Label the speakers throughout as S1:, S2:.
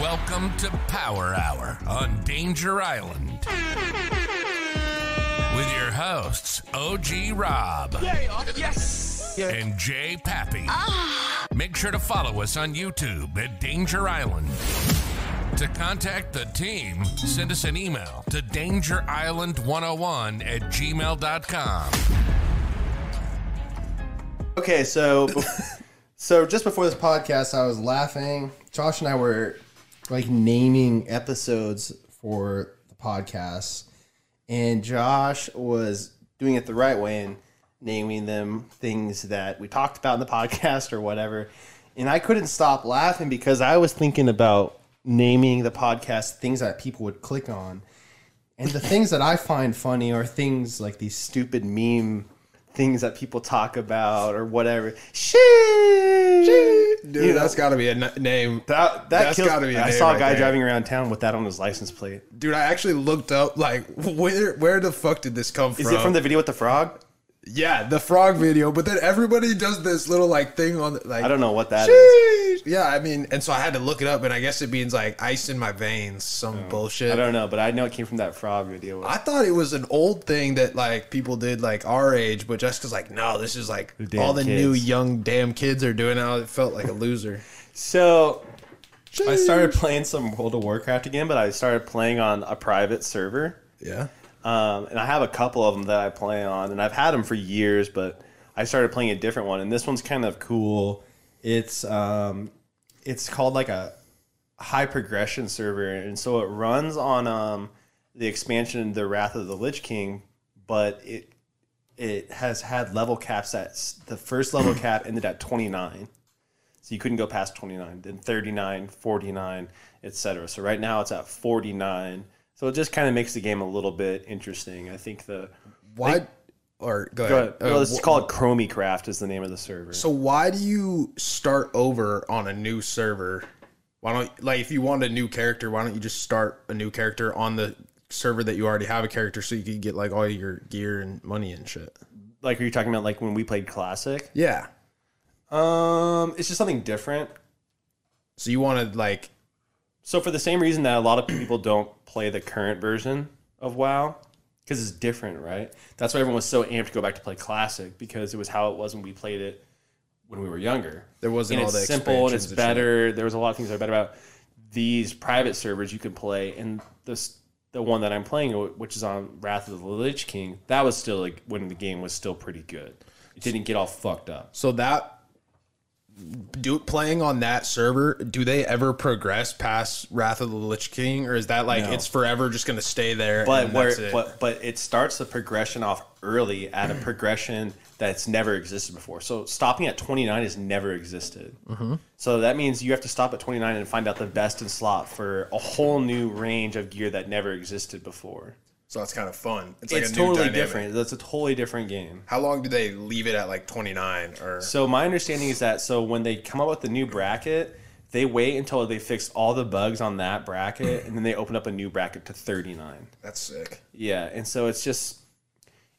S1: Welcome to Power Hour on Danger Island. With your hosts, OG Rob
S2: Yes.
S1: and Jay Pappy. Make sure to follow us on YouTube at Danger Island. To contact the team, send us an email to dangerisland101 at gmail.com.
S3: Okay, so bef- so just before this podcast, I was laughing. Josh and I were like naming episodes for the podcast, and Josh was doing it the right way and naming them things that we talked about in the podcast or whatever. And I couldn't stop laughing because I was thinking about naming the podcast things that people would click on. And the things that I find funny are things like these stupid meme things that people talk about or whatever. Shit.
S4: Dude,
S3: You know,
S4: that's got to be a n- name.
S3: that that
S4: that's
S3: kills-
S4: gotta be a
S3: I
S4: name
S3: saw a
S4: right
S3: guy
S4: there.
S3: driving around town with that on his license plate.
S4: Dude, I actually looked up like where where the fuck did this come
S3: Is
S4: from?
S3: it from the video with the frog?
S4: yeah the frog video? But then everybody does this little like thing on the- like
S3: I don't know what that is.
S4: Sheesh. Yeah, I mean, and so I had to look it up, and I guess it means like ice in my veins, some bullshit.
S3: I don't know, but I know it came from that frog video.
S4: I thought it was an old thing that like people did like our age, but just because like no, this is like
S3: damn
S4: all the new
S3: kids.
S4: young damn kids are doing now. It felt like a loser.
S3: So I started playing some World of Warcraft again, but I started playing on a private server.
S4: yeah,
S3: Um, and I have a couple of them that I play on, and I've had them for years, but I started playing a different one, and this one's kind of cool. It's um, it's called like a high progression server, and so it runs on um, the expansion The Wrath of the Lich King, but it it has had level caps at s- the first level cap ended at 29 so you couldn't go past 29 then 39 49 etc so right now it's at 49 so it just kind of makes the game a little bit interesting i think the
S4: why? or go,
S3: go
S4: ahead.
S3: ahead. Well,
S4: Uh,
S3: this is
S4: wh-
S3: called chromie craft is the name of the server
S4: So why do you start over on a new server? Why don't like if you want a new character, why don't you just start a new character on the server that you already have a character so you can get like all your gear and money and shit?
S3: like are you talking about like when we played classic
S4: Yeah.
S3: um it's just something different
S4: So you want to like
S3: So for the same reason that a lot of people don't play the current version of WoW, because it's different, right? That's why everyone was so amped to go back to play classic because it was how it was when we played it when we were younger.
S4: There wasn't
S3: and
S4: all
S3: it's
S4: the
S3: simple and
S4: expansions
S3: it's
S4: and shit.
S3: better. There was a lot of things that are better about these private servers you can play, and this the one that I'm playing, which is on Wrath of the Lich King, that was still like when the game was still pretty good. It didn't get all fucked up.
S4: so that do playing on that server, do they ever progress past Wrath of the Lich King or is that like it's forever just going to stay there
S3: But
S4: and
S3: where,
S4: that's it?
S3: but but it starts the progression off early at a progression that's never existed before. So stopping at 29 has never existed.
S4: Mm-hmm.
S3: So that means you have to stop at 29 and find out the best in slot for a whole new range of gear that never existed before.
S4: so it's kind of fun. It's,
S3: it's totally different. That's a totally different game.
S4: How long do they leave it at like 29 or
S3: So my understanding is that so when they come up with the new bracket, they wait until they fix all the bugs on that bracket and then they open up a new bracket to 39.
S4: that's sick.
S3: Yeah, and so it's just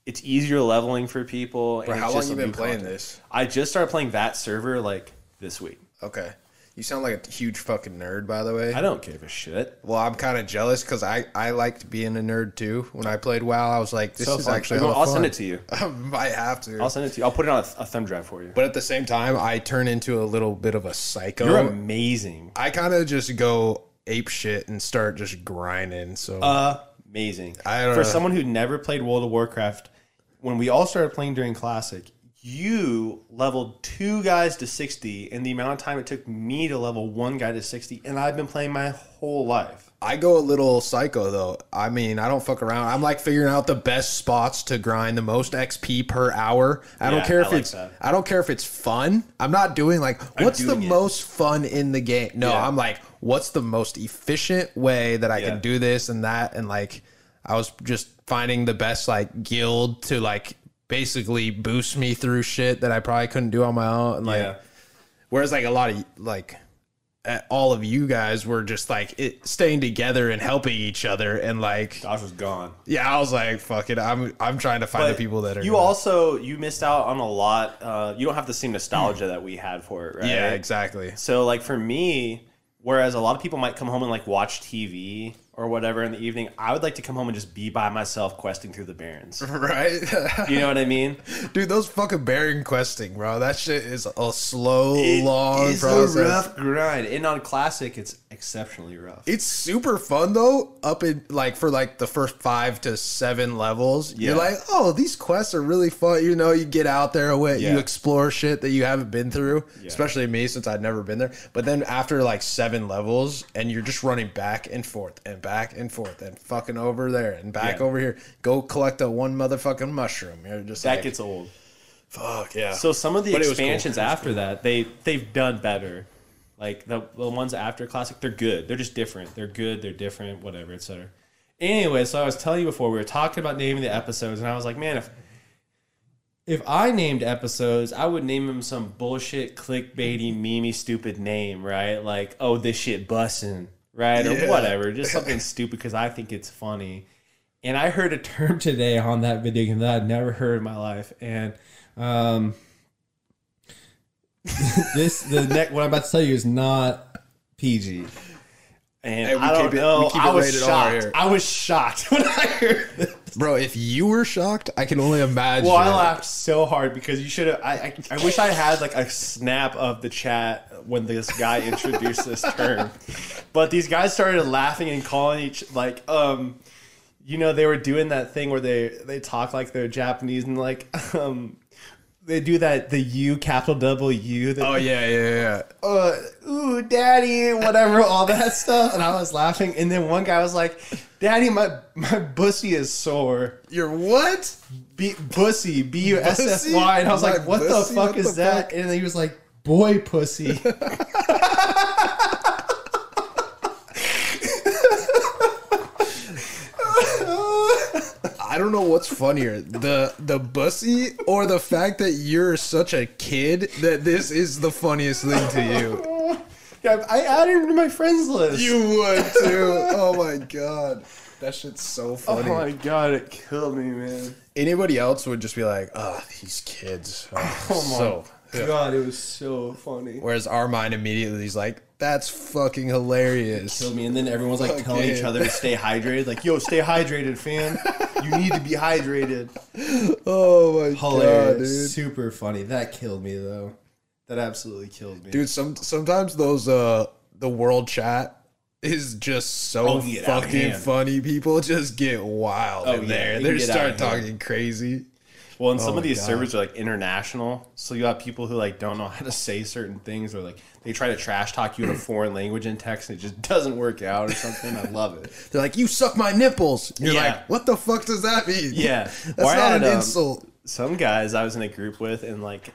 S3: it's easier leveling for people. and
S4: Bro,
S3: it's
S4: how long
S3: just
S4: you
S3: a
S4: been
S3: new
S4: playing
S3: content.
S4: this?
S3: I just started playing that server like this week.
S4: Okay. You sound like a huge fucking nerd, by the way.
S3: I don't give a shit.
S4: well, I'm kind of jealous because I, I liked being a nerd too. When I played WoW, I was like, this
S3: So
S4: is
S3: fun.
S4: actually
S3: Well,
S4: all
S3: I'll
S4: fun.
S3: send it to you.
S4: I might have to.
S3: I'll send it to you. I'll put it on a, th- a thumb drive for you.
S4: but at the same time, I turn into a little bit of a psycho.
S3: You're amazing,
S4: I kind of just go ape shit and start just grinding. So
S3: Uh, amazing.
S4: I don't
S3: For
S4: know.
S3: someone who never played World of Warcraft, when we all started playing during Classic, you leveled two guys to sixty, and the amount of time it took me to level one guy to sixty, and I've been playing my whole life.
S4: I go a little psycho though. I mean, I don't fuck around. I'm like figuring out the best spots to grind the most XP per hour. I
S3: Yeah,
S4: don't care
S3: I
S4: if
S3: like
S4: it's
S3: that.
S4: I don't care if it's fun. I'm not doing like what's
S3: doing
S4: the
S3: it.
S4: most fun in the game. No,
S3: Yeah.
S4: I'm like what's the most efficient way that I
S3: Yeah.
S4: can do this and that and like I was just finding the best like guild to like basically boost me through shit that I probably couldn't do on my own and like Whereas like a lot of like uh, all of you guys were just like it, staying together and helping each other and like
S3: Josh was gone.
S4: yeah, I was like fuck it, I'm I'm trying to find the
S3: But
S4: people that are
S3: You also you missed out on a lot. Uh, you don't have the same nostalgia that we had for it, right?
S4: yeah exactly
S3: So like for me, Whereas a lot of people might come home and like watch TV or whatever in the evening. I would like to come home and just be by myself questing through the barrens.
S4: Right?
S3: You know what I mean?
S4: Dude, those fucking bearing questing, bro. That shit is a slow, long
S3: it's
S4: process.
S3: a rough grind, and on classic, it's exceptionally rough.
S4: It's super fun though. Up in like for like the first five to seven levels,
S3: Yeah.
S4: you're like, oh, these quests are really fun. You know, you get out there a bit,
S3: Yeah.
S4: you explore shit that you haven't been through. Especially me, since I'd never been there. But then after like seven levels, and you're just running back and forth and back and forth and fucking over there and back
S3: Yeah.
S4: over here. Go collect a one motherfucking mushroom. You're just
S3: that
S4: like,
S3: gets old.
S4: fuck yeah.
S3: So some of the
S4: But it was cool.
S3: expansions after that, they they've done better. Like the, the ones after classic, they're good. They're just different. They're good. They're different. Whatever, etc. Anyway, so I was telling you before we were talking about naming the episodes, and I was like, man, if if I named episodes, I would name them some bullshit, clickbaity, memey, stupid name, right? Like, oh, this shit bussin', right, or whatever, just something stupid because I think it's funny. And I heard a term today on that video game that I'd never heard in my life, and um,
S5: This the neck. What I'm about to tell you is not PG.
S3: And
S4: Hey, we
S3: I don't
S4: keep it-
S3: know.
S4: we keep
S3: I
S4: it
S3: was
S4: rated R
S3: shocked.
S4: here.
S3: I was shocked when I heard. This.
S4: bro, if you were shocked, I can only imagine.
S3: Well, I laughed so hard because you should have. I, I I wish I had like a snap of the chat when this guy introduced this term, but these guys started laughing and calling each like um. You know they were doing that thing where they they talk like they're Japanese and like um they do that the U capital double U that
S4: Oh yeah, yeah, yeah. Oh,
S3: uh, ooh, daddy, whatever, all that stuff. And I was laughing. And then one guy was like, Daddy, my, my bussy is sore.
S4: You're what?
S3: B- bussy, B U S S Y. And I was
S4: My
S3: like, What
S4: bussy?
S3: the fuck
S4: What
S3: is
S4: the
S3: that? And then he was like, Boy, pussy.
S4: I don't know what's funnier, the the bussy or the fact that you're such a kid that this is the funniest thing to you.
S3: Yeah, I added him to my friends list.
S4: You would too. Oh my god. That shit's so
S3: oh
S4: funny.
S3: my god, it killed me, man.
S4: Anybody else would just be like, "Oh, these kids." Oh, so.
S3: God, it was so funny.
S4: Whereas our mind immediately is like, "That's fucking hilarious."
S5: Killed me. And then everyone's like telling each other.
S3: to stay hydrated. Like, yo, stay hydrated, fam. You need to be hydrated.
S4: Oh my god,
S5: Hilarious.
S4: dude.
S5: Super funny. That killed me though.
S3: That absolutely killed me.
S4: dude some sometimes those uh the world chat is just so
S3: Oh, you get out of
S4: fucking
S3: hand. Oh,
S4: funny people just get wild in
S3: yeah,
S4: there
S3: you
S4: they
S3: get out
S4: start
S3: of hand.
S4: talking crazy
S3: Well, and some of these
S4: Oh God.
S3: servers are like international, so you have people who like don't know how to say certain things, or like they try to trash talk you in a foreign language in text, and it just doesn't work out or something. I love it.
S4: they're like you suck my nipples And you're
S3: Yeah.
S4: like what the fuck does that mean
S3: Yeah.
S4: that's
S3: Or I
S4: not
S3: had,
S4: an
S3: um,
S4: insult
S3: Some guys I was in a group with, and like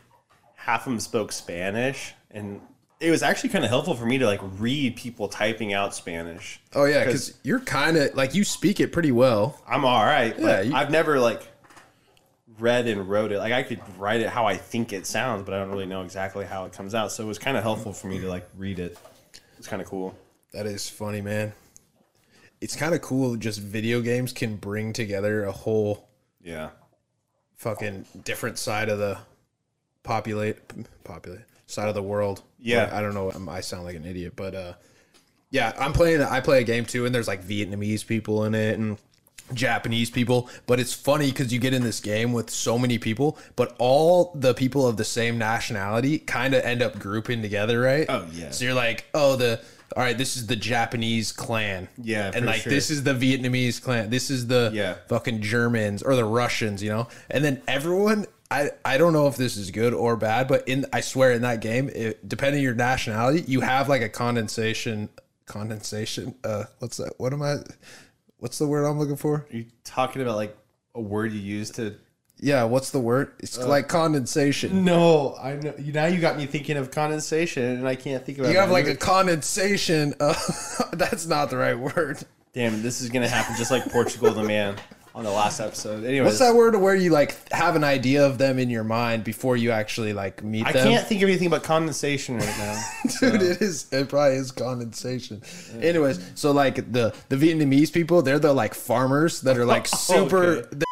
S3: half of them spoke Spanish, and it was actually kind of helpful for me to like read people typing out Spanish.
S4: oh yeah because you're kind of like you speak it pretty well
S3: I'm all right,
S4: Yeah,
S3: but
S4: you-
S3: I've never like read and wrote it. Like I could write it how I think it sounds, but I don't really know exactly how it comes out. So it was kind of helpful for me to like read it. It's kind of cool.
S4: that is funny man it's kind of cool just video games can bring together a whole
S3: Yeah.
S4: fucking different side of the populate populate side of the world.
S3: Yeah.
S4: I don't know. I'm, I sound like an idiot, but uh, yeah, I'm playing. I play a game too, and there's like Vietnamese people in it and Japanese people. But it's funny because you get in this game with so many people, but all the people of the same nationality kind of end up grouping together, right?
S3: Oh, yeah.
S4: So you're like, oh the. All right, this is the Japanese clan.
S3: Yeah,
S4: And
S3: for
S4: like
S3: sure.
S4: this is the Vietnamese clan. This is the
S3: Yeah.
S4: fucking Germans or the Russians, you know? And then everyone, I, I don't know if this is good or bad, but in I swear in that game, it, depending on your nationality, you have like a condensation, condensation. Uh, what's that? What am I? What's the word I'm looking for?
S3: Are you talking about like a word you use to?
S4: Yeah, what's the word? It's
S3: Uh,
S4: like condensation.
S3: No, I know. You, now you got me thinking of condensation, and I can't think about.
S4: You have like a condensation. Uh, that's not the right word.
S3: damn. This is gonna happen just like Portugal the man on the last episode. Anyway,
S4: What's that word where you like have an idea of them in your mind before you actually like meet
S3: I
S4: them?
S3: can't think of anything but condensation right now.
S4: dude it is it probably is condensation anyways so like the the vietnamese people they're the like farmers that are like super
S3: okay.
S4: the-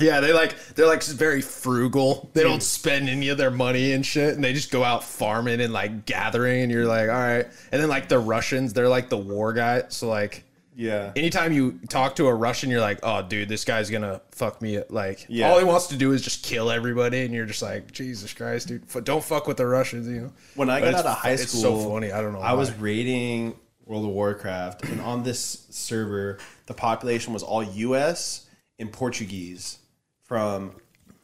S4: Yeah, they like they're like very frugal. They
S3: Hmm.
S4: don't spend any of their money and shit, and they just go out farming and like gathering. And you're like, all right. And then like the Russians, they're like the war guy. So like,
S3: Yeah.
S4: anytime you talk to a Russian, you're like, oh dude, this guy's gonna fuck me. up." Like,
S3: Yeah.
S4: all he wants to do is just kill everybody, and you're just like, Jesus Christ, dude, f- don't fuck with the Russians. You know.
S3: When I got
S4: But it's
S3: out of
S4: fu-
S3: high
S4: it's
S3: school,
S4: so funny. I don't know.
S3: I was
S4: why.
S3: raiding World of Warcraft, and on this server, the population was all U.S. and Portuguese from,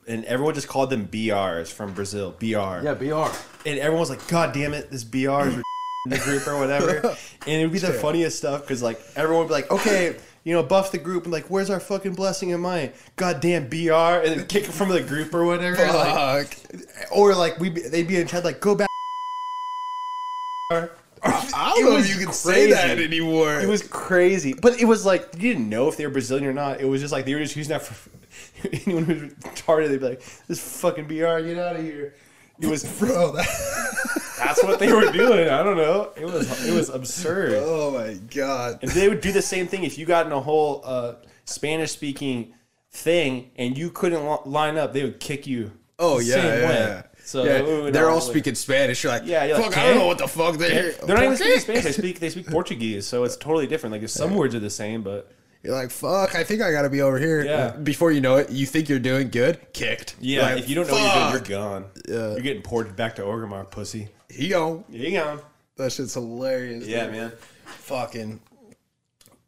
S3: and everyone just called them BRs from Brazil. BR. Yeah,
S6: BR.
S3: and everyone was like, "God damn it, this BR is in the group or whatever." And it would be the funniest stuff because like everyone would be like, "Okay." You know, buff the group and like, where's our fucking blessing and mine? Goddamn BR, and then kick it from the group or whatever. Like,
S4: Fuck.
S3: or like we they'd be in chat like go back.
S4: I don't
S3: It
S4: know if
S3: was
S4: you can say
S3: crazy.
S4: that anymore.
S3: It was crazy, but it was like you didn't know if they were Brazilian or not. It was just like they were just using that for anyone who was retarded. They'd be like, "This fucking BR, get out of here." It was
S4: bro. Oh, That,
S3: that's what they were doing. I don't know. It was it was absurd.
S4: oh my god.
S3: And they would do the same thing if you got in a whole uh, Spanish speaking thing and you couldn't li- line up. They would kick you.
S4: Oh
S3: the
S4: yeah,
S3: same
S4: yeah,
S3: way.
S4: yeah.
S3: So
S4: Yeah,
S3: it would
S4: they're all
S3: always-
S4: speaking Spanish. You're like,
S3: Yeah, you're
S4: fuck,
S3: like,
S4: I don't
S3: "Okay."
S4: know what the fuck they're.
S3: They're not even
S4: Okay.
S3: speaking Spanish. They speak they speak Portuguese, so it's totally different. Like there's some words are the same, but
S4: You're like, fuck, I think I gotta be over here.
S3: Yeah.
S4: Before you know it, you think you're doing good, kicked.
S3: yeah,
S4: You're like,
S3: if you don't know what you're
S4: "Fuck."
S3: doing, you're gone. You're getting ported back to Orgrimmar, pussy.
S4: he go.
S3: You gone?
S4: That shit's hilarious.
S3: Yeah,
S4: dude.
S3: man.
S4: Fucking.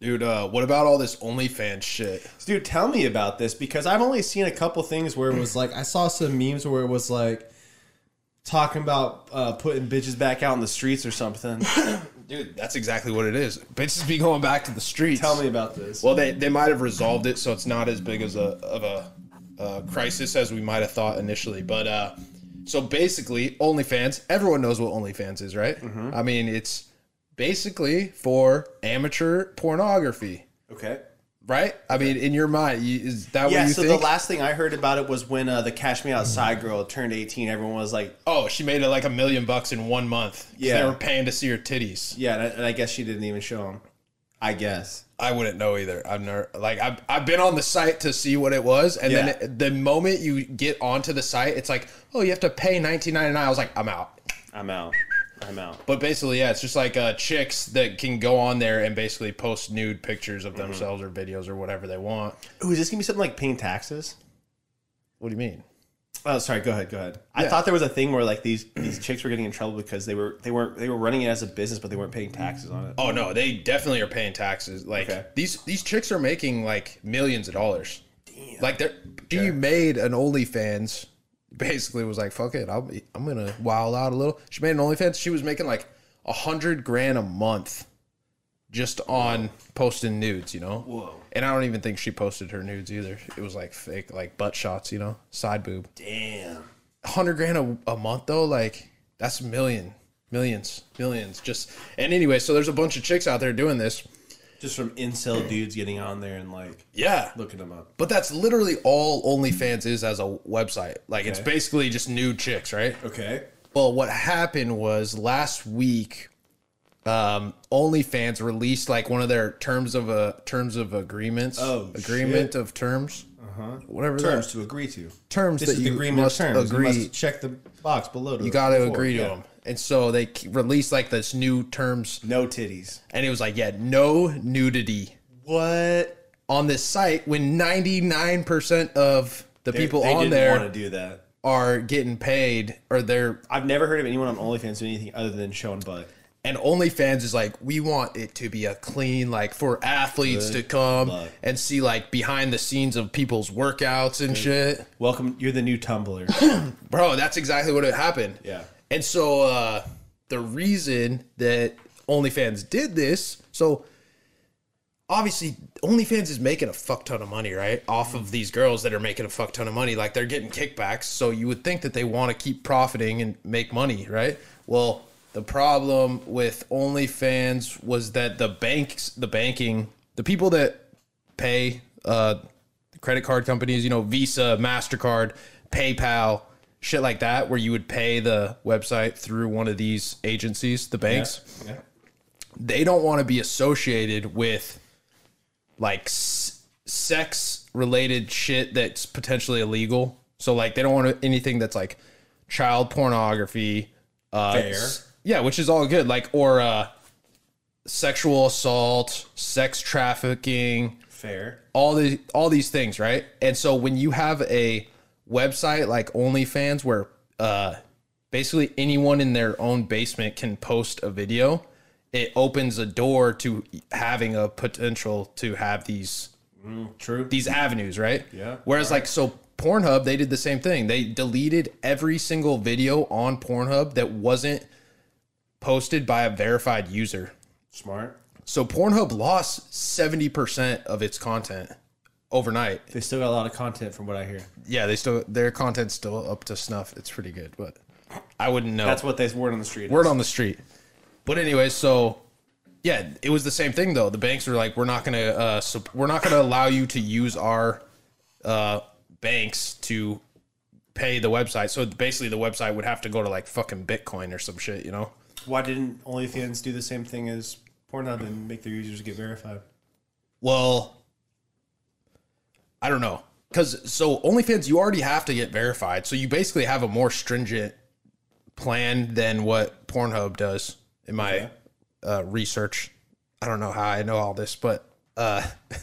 S4: Dude, uh, what about all this OnlyFans shit?
S3: Dude, tell me about this because I've only seen a couple things where it was like I saw some memes where it was like talking about uh, putting bitches back out in the streets or something.
S4: Dude, that's exactly what it is. Bitches be going back to the streets.
S3: tell me about this.
S4: Well, they, they might have resolved it, so it's not as big as a of a uh, crisis as we might have thought initially. But uh, so basically, OnlyFans. Everyone knows what OnlyFans is, right?
S3: Mm-hmm.
S4: I mean, it's basically for amateur pornography,
S3: okay.
S4: right? I mean, in your mind, you, is that
S3: Yeah,
S4: what you
S3: so
S4: think?
S3: the last thing I heard about it was when uh, the Cash Me Outside girl turned 18. Everyone was like,
S4: oh, she made it like a million bucks in one month. 'cause
S3: Yeah.
S4: they were paying to see her titties.
S3: yeah, and I, and I guess she didn't even show them. I guess.
S4: I wouldn't know either. I've never like I've, I've been on the site to see what it was, and then
S3: Yeah.
S4: it- the moment you get onto the site, it's like, oh, you have to pay nineteen ninety nine. I was like, I'm out.
S3: I'm out. I'm out.
S4: But basically, yeah, it's just like uh, chicks that can go on there and basically post nude pictures of themselves or videos or whatever they want.
S3: Ooh, is this gonna be something like paying taxes?
S4: What do you mean?
S3: Oh, sorry. Go ahead. Go ahead. I thought there was a thing where like these these chicks were getting in trouble because they were they weren't they were running it as a business, but they weren't paying taxes on it.
S4: Oh no, they definitely are paying taxes. Like
S3: Okay.
S4: these these chicks are making like millions of dollars. Like they're she made an OnlyFans. Basically, was like fuck it, I'll be, I'm gonna wild out a little. She made an OnlyFans. She was making like a hundred grand a month, just on posting nudes. You know. Whoa. And I don't even think she posted her nudes either. It was like fake, like butt shots. You know, side boob.
S3: Damn.
S4: hundred grand a, a month though, like that's a million, millions, millions. Just and anyway, so there's a bunch of chicks out there doing this.
S3: Just from incel dudes getting on there and like
S4: Yeah,
S3: looking them up.
S4: but that's literally all OnlyFans is as a website. Like it's
S3: Okay.
S4: basically just nude chicks, right?
S3: Okay.
S4: Well, what happened was last week, um, OnlyFans released like one of their terms of a terms of agreements,
S3: Oh,
S4: agreement of terms, uh-huh. whatever that-
S3: Terms to agree to.
S4: terms
S3: This
S4: that
S3: is the
S4: you
S3: agreement of
S4: must
S3: terms.
S4: agree.
S3: You must check the box below. To
S4: you got to agree to them. And so they k- released like this new terms,
S3: No titties.
S4: and it was like, yeah, no nudity
S3: What?
S4: on this site when 99% of the people on there
S3: want to do that.
S4: are getting paid or they're,
S3: I've never heard of anyone on OnlyFans doing anything other than showing butt.
S4: and OnlyFans is like, we want it to be a clean, like for athletes to come
S3: luck.
S4: and see like behind the scenes of people's workouts and shit.
S3: Welcome. You're the new Tumblr.
S4: Bro, that's exactly what it happened.
S3: Yeah.
S4: And so uh, the reason that OnlyFans did this, so obviously OnlyFans is making a fuck ton of money, right? Off of these girls that are making a fuck ton of money. Like they're getting kickbacks. So you would think that they want to keep profiting and make money, right? Well, the problem with OnlyFans was that the banks, the banking, the people that pay uh, credit card companies, you know, Visa, MasterCard, PayPal, shit like that, where you would pay the website through one of these agencies, the banks
S3: yeah.
S4: they don't want to be associated with like s- sex related shit that's potentially illegal. So like they don't want anything that's like child pornography. Uh,
S3: Fair.
S4: s- Yeah, which is all good. Like or uh, sexual assault, sex trafficking,
S3: Fair.
S4: all the all these things, right? And so when you have a website like OnlyFans where uh basically anyone in their own basement can post a video, it opens a door to having a potential to have these
S3: True.
S4: these avenues, right?
S3: Yeah.
S4: Whereas like so Pornhub, they did the same thing. They deleted every single video on Pornhub that wasn't posted by a verified user.
S3: Smart.
S4: So Pornhub lost 70% of its content overnight.
S3: They still got a lot of content from what I hear.
S4: Yeah, they still their content's still up to snuff. It's pretty good, but I wouldn't know.
S3: That's what they word on the street.
S4: word on the street. But anyway, so yeah, it was the same thing though. The banks were like, we're not gonna, uh, sup- we're not gonna allow you to use our uh, banks to pay the website. So basically, the website would have to go to like fucking Bitcoin or some shit, you know?
S3: Why didn't OnlyFans do the same thing as Pornhub and make their users get verified?
S4: Well, I don't know. Because so OnlyFans, you already have to get verified. So you basically have a more stringent plan than what Pornhub does in my uh, research. I don't know how I know all this, but uh,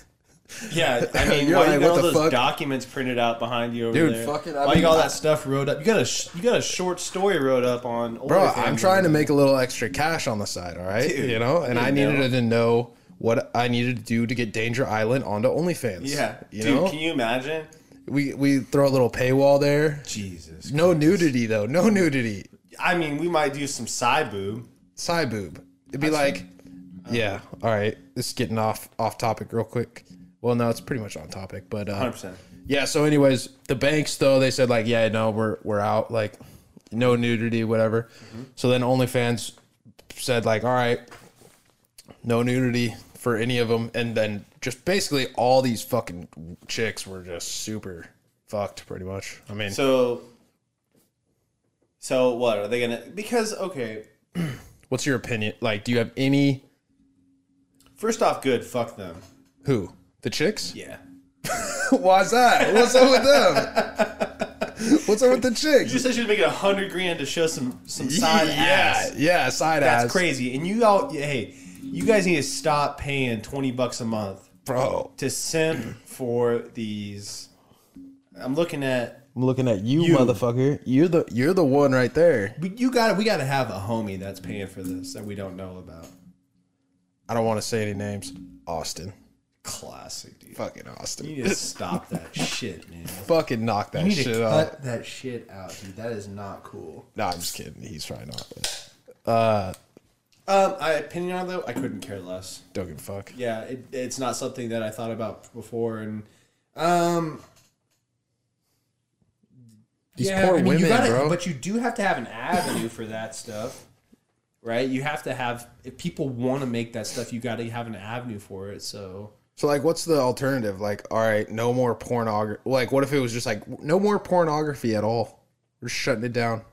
S3: Yeah, I mean,
S4: You're
S3: why
S4: like,
S3: you got
S4: what
S3: all
S4: the
S3: those
S4: fuck?
S3: documents printed out behind you over
S4: Dude,
S3: there?
S4: fuck it, I
S3: Why you got all
S4: mean, I-
S3: that stuff wrote up? You got a sh- you got a short story wrote up on.
S4: bro,
S3: OnlyFans.
S4: I'm trying to make a little extra cash on the side, all right? you know, and I needed
S3: know.
S4: to know what I needed to do to get Danger Island onto OnlyFans.
S3: Yeah,
S4: you
S3: dude,
S4: know,
S3: can you imagine?
S4: we we throw a little paywall there.
S3: Jesus,
S4: No nudity though. No nudity.
S3: I mean, we might do some side boob.
S4: side boob. It'd be like, yeah, all right. This is getting off off topic real quick. Well, no, it's pretty much on topic, but uh,
S3: 100.
S4: yeah. So, anyways, the banks though they said like, yeah, no, we're we're out, like, no nudity, whatever. So then OnlyFans said like, all right, no nudity for any of them, and then just basically all these fucking chicks were just super fucked, pretty much. I mean,
S3: So, so what are they gonna? Because okay,
S4: what's your opinion? Like, do you have any
S3: first off, good. Fuck them.
S4: who the chicks?
S3: Yeah.
S4: Why's that? What's up with them? What's up with the
S3: You
S4: chicks?
S3: said she was making a hundred grand to show some some side
S4: yeah,
S3: ass.
S4: yeah, side
S3: That's
S4: ass,
S3: crazy. And you all, hey, you guys need to stop paying twenty bucks a month
S4: bro.
S3: to simp for these. I'm looking at.
S4: I'm looking at you, motherfucker. You're the you're the one right there.
S3: we- You got. to We got to have a homie that's paying for this that we don't know about.
S4: I don't want to say any names. Austin,
S3: Classic, dude.
S4: fucking Austin,
S3: You need to stop that shit, man.
S4: fucking knock that
S7: You need to
S4: shit
S7: cut
S4: off.
S7: that shit out, dude. That is not cool.
S4: No, I'm just kidding. He's probably not. But
S3: Um, I opinion on it, though, I couldn't care less.
S4: don't give a fuck.
S3: Yeah, it, it's not something that I thought about before, and um,
S4: These poor women,
S7: you gotta,
S4: bro.
S7: But you do have to have an ad.
S3: avenue for that stuff, right? You have to have if people want to make that stuff, you got to have an avenue for it. So
S4: So like, what's the alternative? Like, all right, no more pornography. Like, what if it was just like no more pornography at all? We're shutting it down.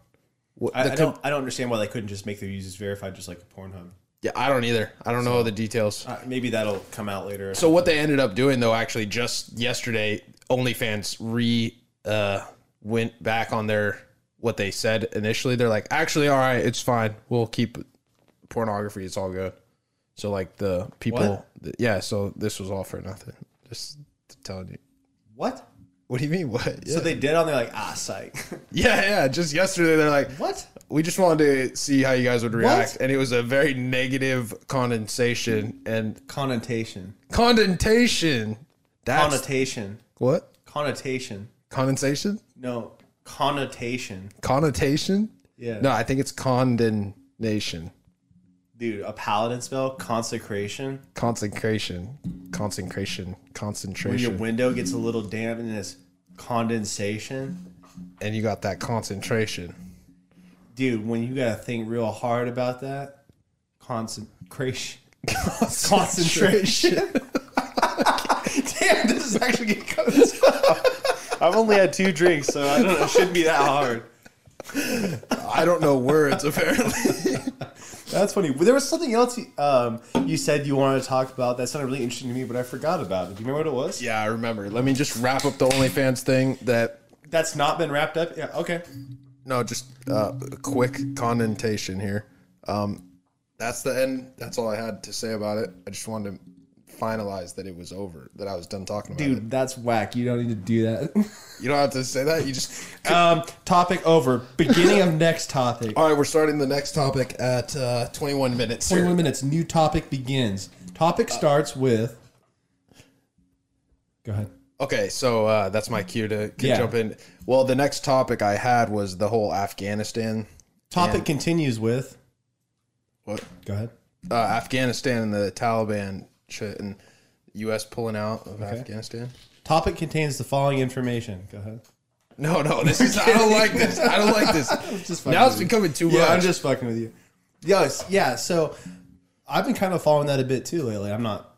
S4: What,
S3: I,
S4: the
S3: I
S4: com-
S3: don't, I don't understand why they couldn't just make their users verified, just like a Pornhub.
S4: yeah, I don't either. I don't know the details.
S3: Uh, maybe that'll come out later.
S4: So what they ended up doing though, actually, just yesterday, OnlyFans re uh, went back on their what they said initially. They're like, actually, all right, it's fine. We'll keep pornography. It's all good. So like the people, th- yeah. So this was all for nothing. Just telling you.
S3: what?
S4: What do you mean? What? Yeah,
S3: So they did on there like ah psych.
S4: yeah, yeah. Just yesterday, they're like,
S3: what?
S4: we just wanted to see how you guys would react, and it was a very negative condensation and
S3: Connotation,
S4: condensation. That's
S3: connotation,
S4: what
S3: connotation.
S4: condensation.
S3: No connotation.
S4: connotation.
S3: Yeah.
S4: No, I think it's condemnation,
S3: Dude, a paladin spell, consecration.
S4: consecration, consecration,
S3: When your
S4: concentration,
S3: window gets a little damp and it's condensation.
S4: and you got that concentration.
S3: Dude, when you gotta think real hard about that, concentration. Concentration. Damn, this is actually getting cut. I've only had two drinks, so I don't know. It shouldn't be that hard.
S4: I don't know words apparently.
S2: That's funny. But There was something else you- um, you said you wanted to talk about that sounded really interesting to me, but I forgot about it. Do you remember what it was?
S4: Yeah, I remember. Let me just wrap up the OnlyFans thing that
S2: That's not been wrapped up. Yeah. Okay.
S4: no, just uh, a quick connotation here. Um, that's the end. That's all I had to say about it. I just wanted to finalize that it was over. That I was done talking about
S3: Dude, that's whack. You don't need to do that.
S4: it. You don't have to say that. You just
S2: Um, topic over.
S3: Beginning of next topic.
S4: all right. We're starting the next topic at uh, 21 minutes. here.
S3: 21 minutes. New topic begins. Topic starts with. Go ahead.
S4: Okay, so uh, that's my cue to to
S3: Yeah.
S4: jump in. Well, the next topic I had was the whole Afghanistan,
S2: Topic continues with.
S4: what,
S3: Go ahead.
S4: uh, Afghanistan and the Taliban shit, and U.S. pulling out of Afghanistan.
S2: Topic contains the following information. Go ahead.
S4: No, no, this is. I don't like this. I don't like this.
S3: Just fucking
S4: now it's
S3: with you.
S4: becoming too
S2: Yeah,
S4: much.
S2: I'm just fucking with you.
S3: Yes, yeah. So I've been kind of following that a bit too lately. I'm not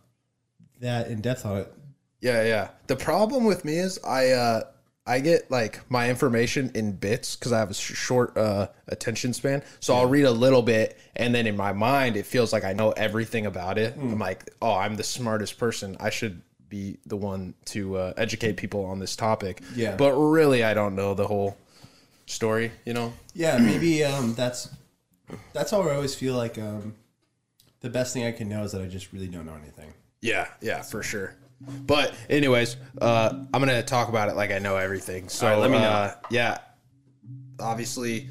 S3: that in depth on it.
S4: Yeah, yeah. The problem with me is I uh I get like my information in bits because I have a sh- short uh attention span. So I'll read a little bit and then in my mind it feels like I know everything about it. I'm like, "Oh, I'm the smartest person. I should be the one to uh, educate people on this topic."
S3: Yeah.
S4: But really I don't know the whole story, you know?
S3: Yeah, maybe um, that's that's how I always feel like um, the best thing I can know is that I just really don't know anything.
S4: Yeah, yeah, for sure. But anyways, uh, I'm gonna talk about it like I know everything. So
S2: let me know.
S4: Uh, yeah, obviously,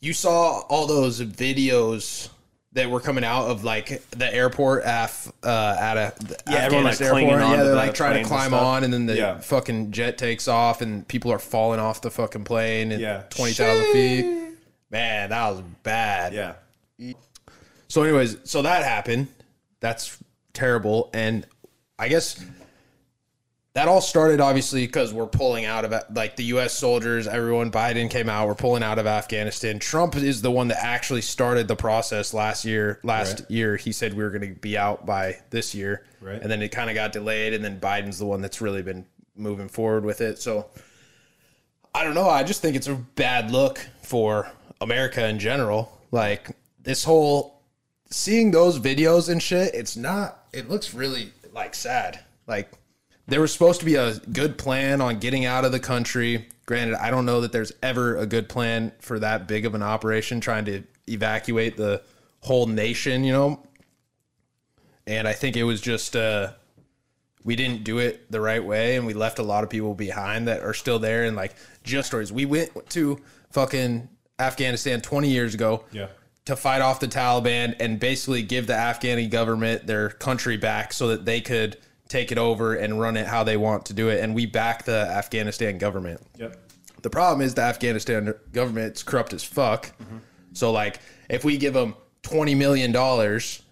S4: you saw all those videos that were coming out of like the airport af uh, at a yeah,
S2: everyone, like, clinging
S4: airport.
S2: onto
S4: Yeah, they're
S2: the
S4: like trying
S2: planes and
S4: to climb
S2: stuff.
S4: on, and then the
S2: Yeah.
S4: fucking jet takes off, and people are falling off the fucking plane at
S2: Yeah.
S4: twenty thousand feet. Man, that was bad.
S2: Yeah.
S4: So, anyways, so that happened. That's terrible. And I guess that all started obviously because we're pulling out of like the U.S. soldiers. Everyone, Biden came out. We're pulling out of Afghanistan. Trump is the one that actually started the process last year. Last year, he said we were going to be out by this year,
S2: Right.
S4: and then it kind of got delayed. And then Biden's the one that's really been moving forward with it. So I don't know. I just think it's a bad look for America in general. Like this whole seeing those videos and shit, it's not. It looks really like sad. Like there was supposed to be a good plan on getting out of the country. Granted, I don't know that there's ever a good plan for that big of an operation trying to evacuate the whole nation, you know. And I think it was just uh we didn't do it the right way and we left a lot of people behind that are still there and like just stories. We went to fucking Afghanistan 20 years ago
S2: Yeah.
S4: to fight off the Taliban and basically give the Afghani government their country back so that they could take it over and run it how they want to do it. And we back the Afghanistan government.
S2: Yep.
S4: The problem is the Afghanistan government's corrupt as fuck. So like if we give them 20 million dollars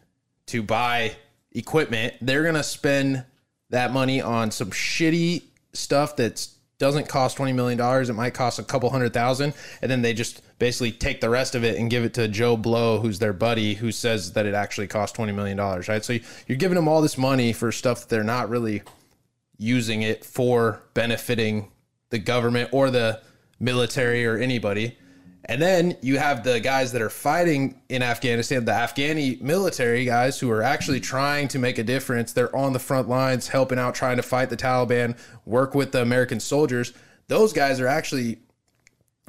S4: to buy equipment, they're going to spend that money on some shitty stuff that's doesn't cost 20 million dollars, it might cost a couple hundred thousand and then they just basically take the rest of it and give it to Joe Blow who's their buddy who says that it actually cost 20 million dollars, right? So you- you're giving them all this money for stuff that they're not really using it for benefiting the government or the military or anybody. And then you have the guys that are fighting in Afghanistan, the Afghani military guys who are actually trying to make a difference. They're on the front lines helping out, trying to fight the Taliban, work with the American soldiers. Those guys are actually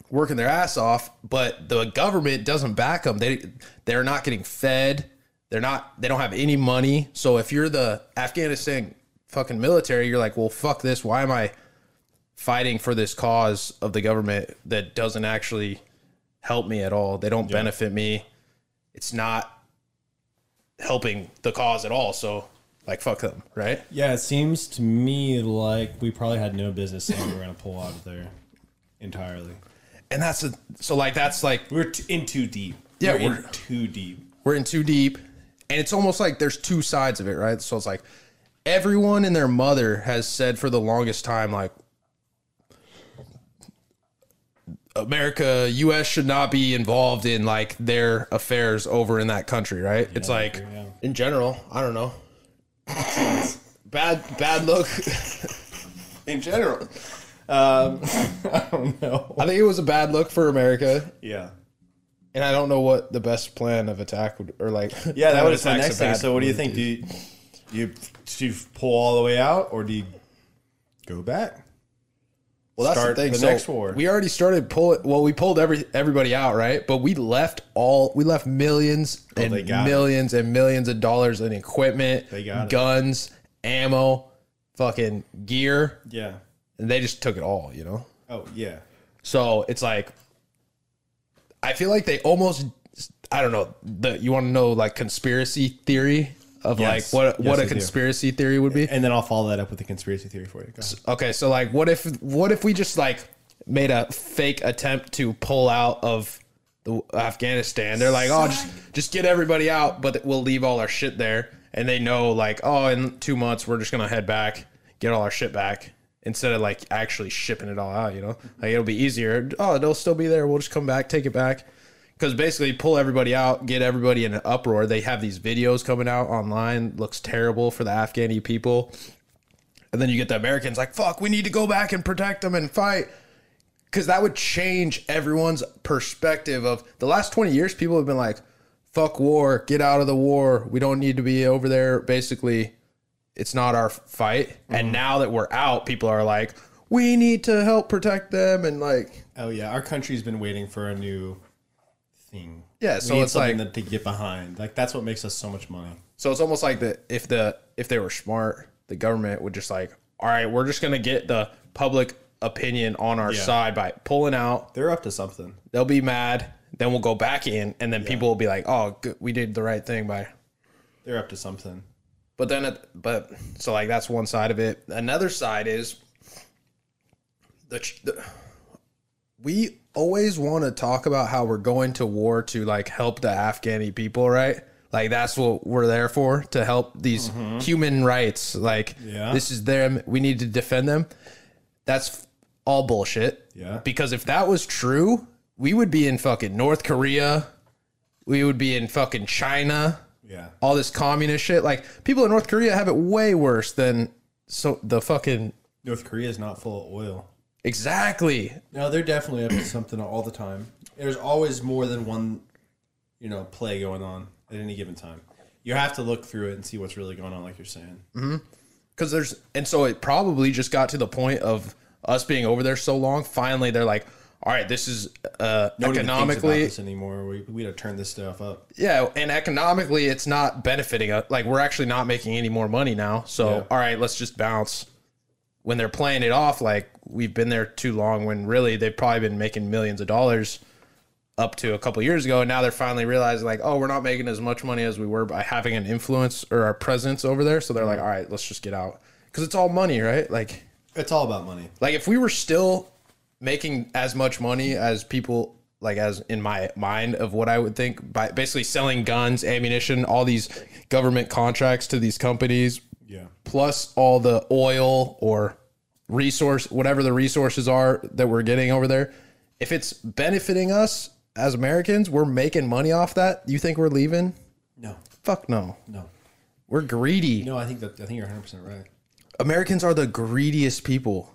S4: working their ass off, but the government doesn't back them. They they're not getting fed. They're not. They don't have any money. So if you're the Afghanistan fucking military, you're like, well, fuck this. Why am I fighting for this cause of the government that doesn't actually help me at all? They don't benefit me. It's not helping the cause at all. So like, fuck them, right?
S2: Yeah, it seems to me like we probably had no business saying we were going to pull out of there entirely.
S4: And that's a, so like that's like
S2: We're t- in too deep.
S4: Yeah,
S2: we're, in
S4: we're-
S2: too deep.
S4: we're in too deep and it's almost like there's two sides of it right so it's like everyone and their mother has said for the longest time like america us should not be involved in like their affairs over in that country right it's like in general i don't know bad bad look
S2: In general. Um, I don't know.
S4: i think it was a bad look for america
S2: Yeah.
S4: And I don't know what the best plan of attack would, or like. uh,
S3: Yeah, that
S4: plan
S3: would
S4: of
S3: have been the
S4: attack's
S3: next
S4: a
S3: thing.
S4: bad
S3: So what do you
S4: word.
S3: think? Do you, do you do you pull all the way out or do you go back?
S4: Well, that's
S3: Start
S4: the thing.
S3: the
S4: so
S3: next war.
S4: We already started pulling. Well, we pulled every everybody out, right? But we left all. We left millions and
S3: Oh, they got it.
S4: millions and millions of dollars in equipment,
S3: They got it.
S4: guns, ammo, fucking gear,
S3: Yeah.
S4: and they just took it all. You know.
S3: Oh yeah.
S4: So it's like, I feel like they almost. I don't know. The, you want to know like conspiracy theory of
S3: Yes.
S4: like what
S3: Yes,
S4: what
S3: I
S4: a
S3: do.
S4: conspiracy theory would be.
S3: And then I'll follow that up with a conspiracy theory for you. Go ahead.
S4: Okay, so like, what if what if we just like made a fake attempt to pull out of the Afghanistan? They're like, oh, just just get everybody out, but we'll leave all our shit there, and they know like, oh, in two months we're just gonna head back, get all our shit back, instead of like actually shipping it all out. You know, like it'll be easier. Oh, it'll still be there. We'll just come back, take it back. Because basically, pull everybody out, get everybody in an uproar. They have these videos coming out online, looks terrible for the Afghani people. And then you get the Americans like, fuck, we need to go back and protect them and fight. Because that would change everyone's perspective of the last 20 years. People have been like, fuck war, get out of the war. We don't need to be over there. Basically, it's not our fight. And now that we're out, people are like, we need to help protect them. And like,
S3: Oh yeah, our country's been waiting for a new thing.
S4: yeah,
S3: We
S4: so
S3: need
S4: it's like,
S3: something that- to get behind. Like that's what makes us so much money.
S4: So it's almost like that if the if they were smart, the government would just like, all right, we're just gonna get the public opinion on our
S3: Yeah.
S4: side by pulling out.
S3: They're up to something.
S4: They'll be mad. Then we'll go back in, and then people will be like, oh, good, we did the right thing by.
S3: They're up to something.
S4: But then, it, but so like that's one side of it. Another side is the, ch- the we always want to talk about how we're going to war to like help the Afghani people, right? Like that's what we're there for to help these human rights. Like
S3: Mm-hmm. Yeah.
S4: this is them. We need to defend them. That's f- all bullshit.
S3: Yeah.
S4: Because if that was true, we would be in fucking North Korea. We would be in fucking China
S3: Yeah.
S4: all this communist shit. Like people in North Korea have it way worse than so the fucking
S3: North Korea is not full of oil.
S4: exactly.
S8: No, they're definitely up to something all the time.
S3: There's always more than one, you know, play going on at any given time. You have to look through it and see what's really going on, like you're saying.
S4: Because there's and so it probably just got to the point of us being over there so long. Finally, they're like, all right, this is uh,
S3: Nobody thinks about
S4: economically,
S3: this anymore. We we don't turn this stuff up.
S4: yeah, and economically, it's not benefiting us. Like we're actually not making any more money now. So
S3: Yeah.
S4: all right, let's just bounce. When they're playing it off like we've been there too long, when really they've probably been making millions of dollars up to a couple years ago, and now they're finally realizing like, oh, we're not making as much money as we were by having an influence or our presence over there. So they're like, all right, let's just get out because it's all money, right? Like
S3: It's all about money.
S4: like if we were still making as much money as people like as in my mind of what I would think by basically selling guns, ammunition, all these government contracts to these companies,
S3: Yeah.
S4: plus all the oil or resource, whatever the resources are that we're getting over there. If it's benefiting us as Americans, we're making money off that. You think we're leaving?
S3: No.
S4: Fuck no.
S3: No.
S4: We're greedy.
S3: No. I think that I think you're 100 percent right.
S4: Americans are the greediest people.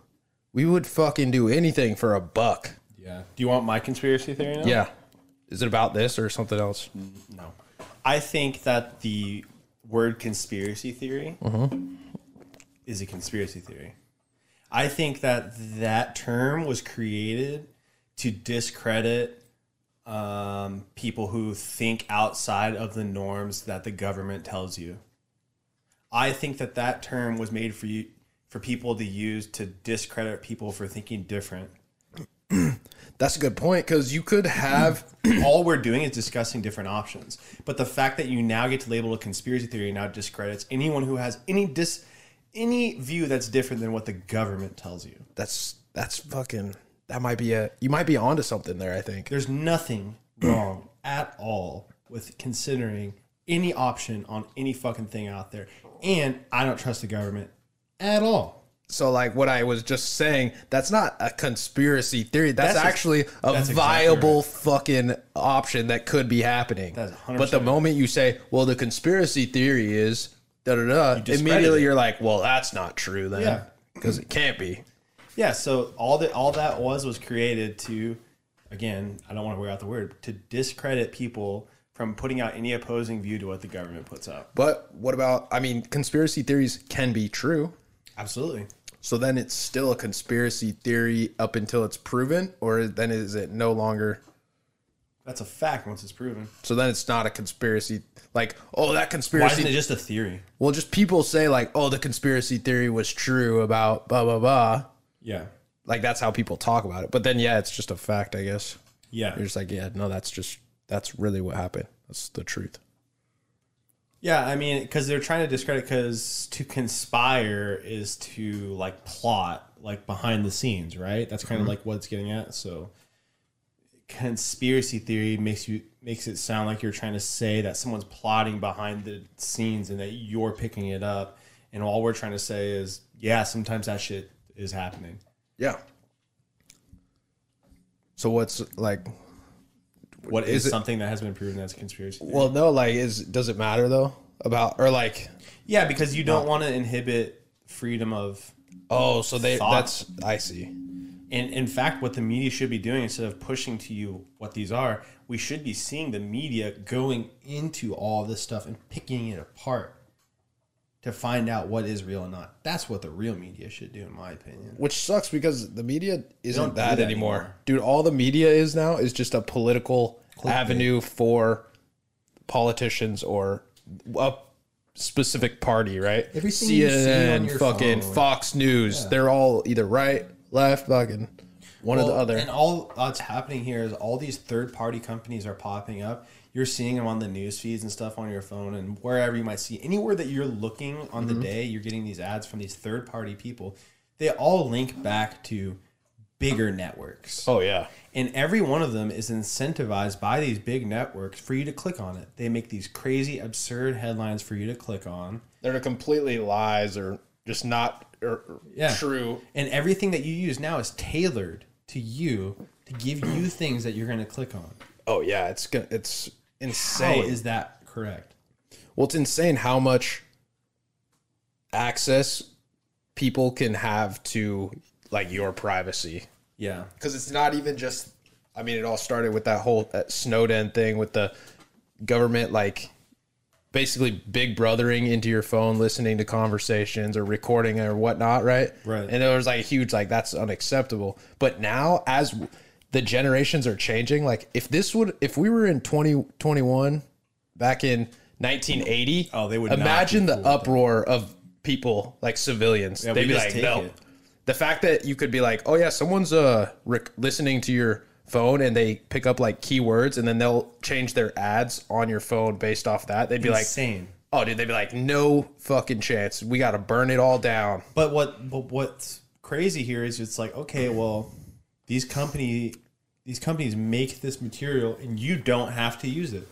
S4: We would fucking do anything for a buck.
S3: Yeah. Do you want my conspiracy theory? Now?
S4: Yeah. Is it about this or something else?
S3: No. I think that the word conspiracy theory is a conspiracy theory. I think that that term was created to discredit um, people who think outside of the norms that the government tells you. I think that that term was made for you for people to use to discredit people for thinking different.
S4: That's a good point because you could have.
S3: all we're doing is discussing different options. But the fact that you now get to label a conspiracy theory now discredits anyone who has any dis any view that's different than what the government tells you.
S4: That's that's fucking. That might be a. You might be onto something there. I think.
S3: There's nothing wrong at all with considering any option on any fucking thing out there. And I don't trust the government at all.
S4: So like what I was just saying, that's not a conspiracy theory. That's,
S3: That's ex-
S4: actually a
S3: that's exactly
S4: viable fucking option that could be happening.
S3: That's 100%
S4: but the moment you say, "Well, the conspiracy theory is da da da,"
S3: discredit
S4: immediately
S3: it.
S4: you're like, "Well, that's not true
S3: Yeah.
S4: then," because it can't be.
S3: Yeah, so all that all that was was created to again, I don't want to wear out the word to discredit people from putting out any opposing view to what the government puts out.
S4: But what about? I mean, conspiracy theories can be true.
S3: Absolutely.
S4: So then it's still a conspiracy theory up until it's proven, or then is it no longer?
S3: That's a fact once it's proven.
S4: So then it's not a conspiracy. Like, oh, that
S3: Why
S4: conspiracy.
S3: isn't it just a theory?
S4: well, just people say like, oh, the conspiracy theory was true about blah blah blah.
S3: Yeah.
S4: Like that's how people talk about it. But then yeah, it's just a fact, I guess.
S3: Yeah.
S4: You're just like, yeah, no, that's just that's really what happened. That's the truth.
S3: Yeah, I mean, because they're trying to discredit. Because to conspire is to like plot, like behind the scenes, right? That's kind of like what it's getting at. So, conspiracy theory makes you makes it sound like you're trying to say that someone's plotting behind the scenes and that you're picking it up. And all we're trying to say is, yeah, sometimes that shit is happening.
S4: Yeah. So what's like?
S3: What is,
S4: it-
S3: something that has been proven as a conspiracy? Theory?
S4: Well, no, like is does it matter though about or like?
S3: yeah, because you don't want to inhibit freedom of
S4: Oh, so they
S3: Thought.
S4: that's I see.
S3: And in fact, what the media should be doing instead of pushing to you what these are, we should be seeing the media going into all this stuff and picking it apart to find out what is real and not. That's what the real media should do, in my opinion.
S4: Which sucks because the media
S3: don't
S4: isn't
S3: do
S4: that,
S3: that
S4: anymore.
S3: anymore.
S4: Dude, all the media is now is just a political avenue for politicians or a specific party, right?
S9: Everything you see on your
S4: fucking
S9: phone.
S4: Fox News, they're all either right, left, fucking one or the
S3: Well,
S4: other.
S3: And all that's happening here is all these third party companies are popping up. You're seeing them on the news feeds and stuff on your phone and wherever you might see. Anywhere that you're looking on
S4: Mm-hmm.
S3: the day, you're getting these ads from these third party people. They all link back to bigger networks.
S4: oh yeah.
S3: And every one of them is incentivized by these big networks for you to click on it. They make these crazy, absurd headlines for you to click on.
S4: They're completely lies or just not or or
S3: Yeah.
S4: true.
S3: And everything that you use now is tailored to you to give you things that you're going to click on.
S4: Oh yeah, it's gonna it's
S3: How
S4: insane.
S3: Oh, is that correct?
S4: Well, it's insane how much access people can have to like your privacy
S3: Yeah.
S4: because it's not even just. I mean, it all started with that whole uh, Snowden thing with the government, like basically big brothering into your phone, listening to conversations or recording or whatnot, right?
S3: Right.
S4: And there was like a huge, like that's unacceptable. But now, as w- the generations are changing, like if this would, if we were in twenty twenty one, back in 1980,
S3: Oh, they would not be
S4: imagine the uproar of people like civilians.
S3: Yeah, we
S4: They'd be
S3: just
S4: like,
S3: take
S4: no.
S3: it.
S4: The fact that you could be like, oh yeah, someone's uh rec- listening to your phone and they pick up like keywords and then they'll change their ads on your phone based off that. They'd be
S3: Insane.
S4: like, oh dude, they'd be like, no fucking chance. We got to burn it all down.
S3: But what but what's crazy here is it's like, okay, well, these company these companies make this material and you don't have to use it.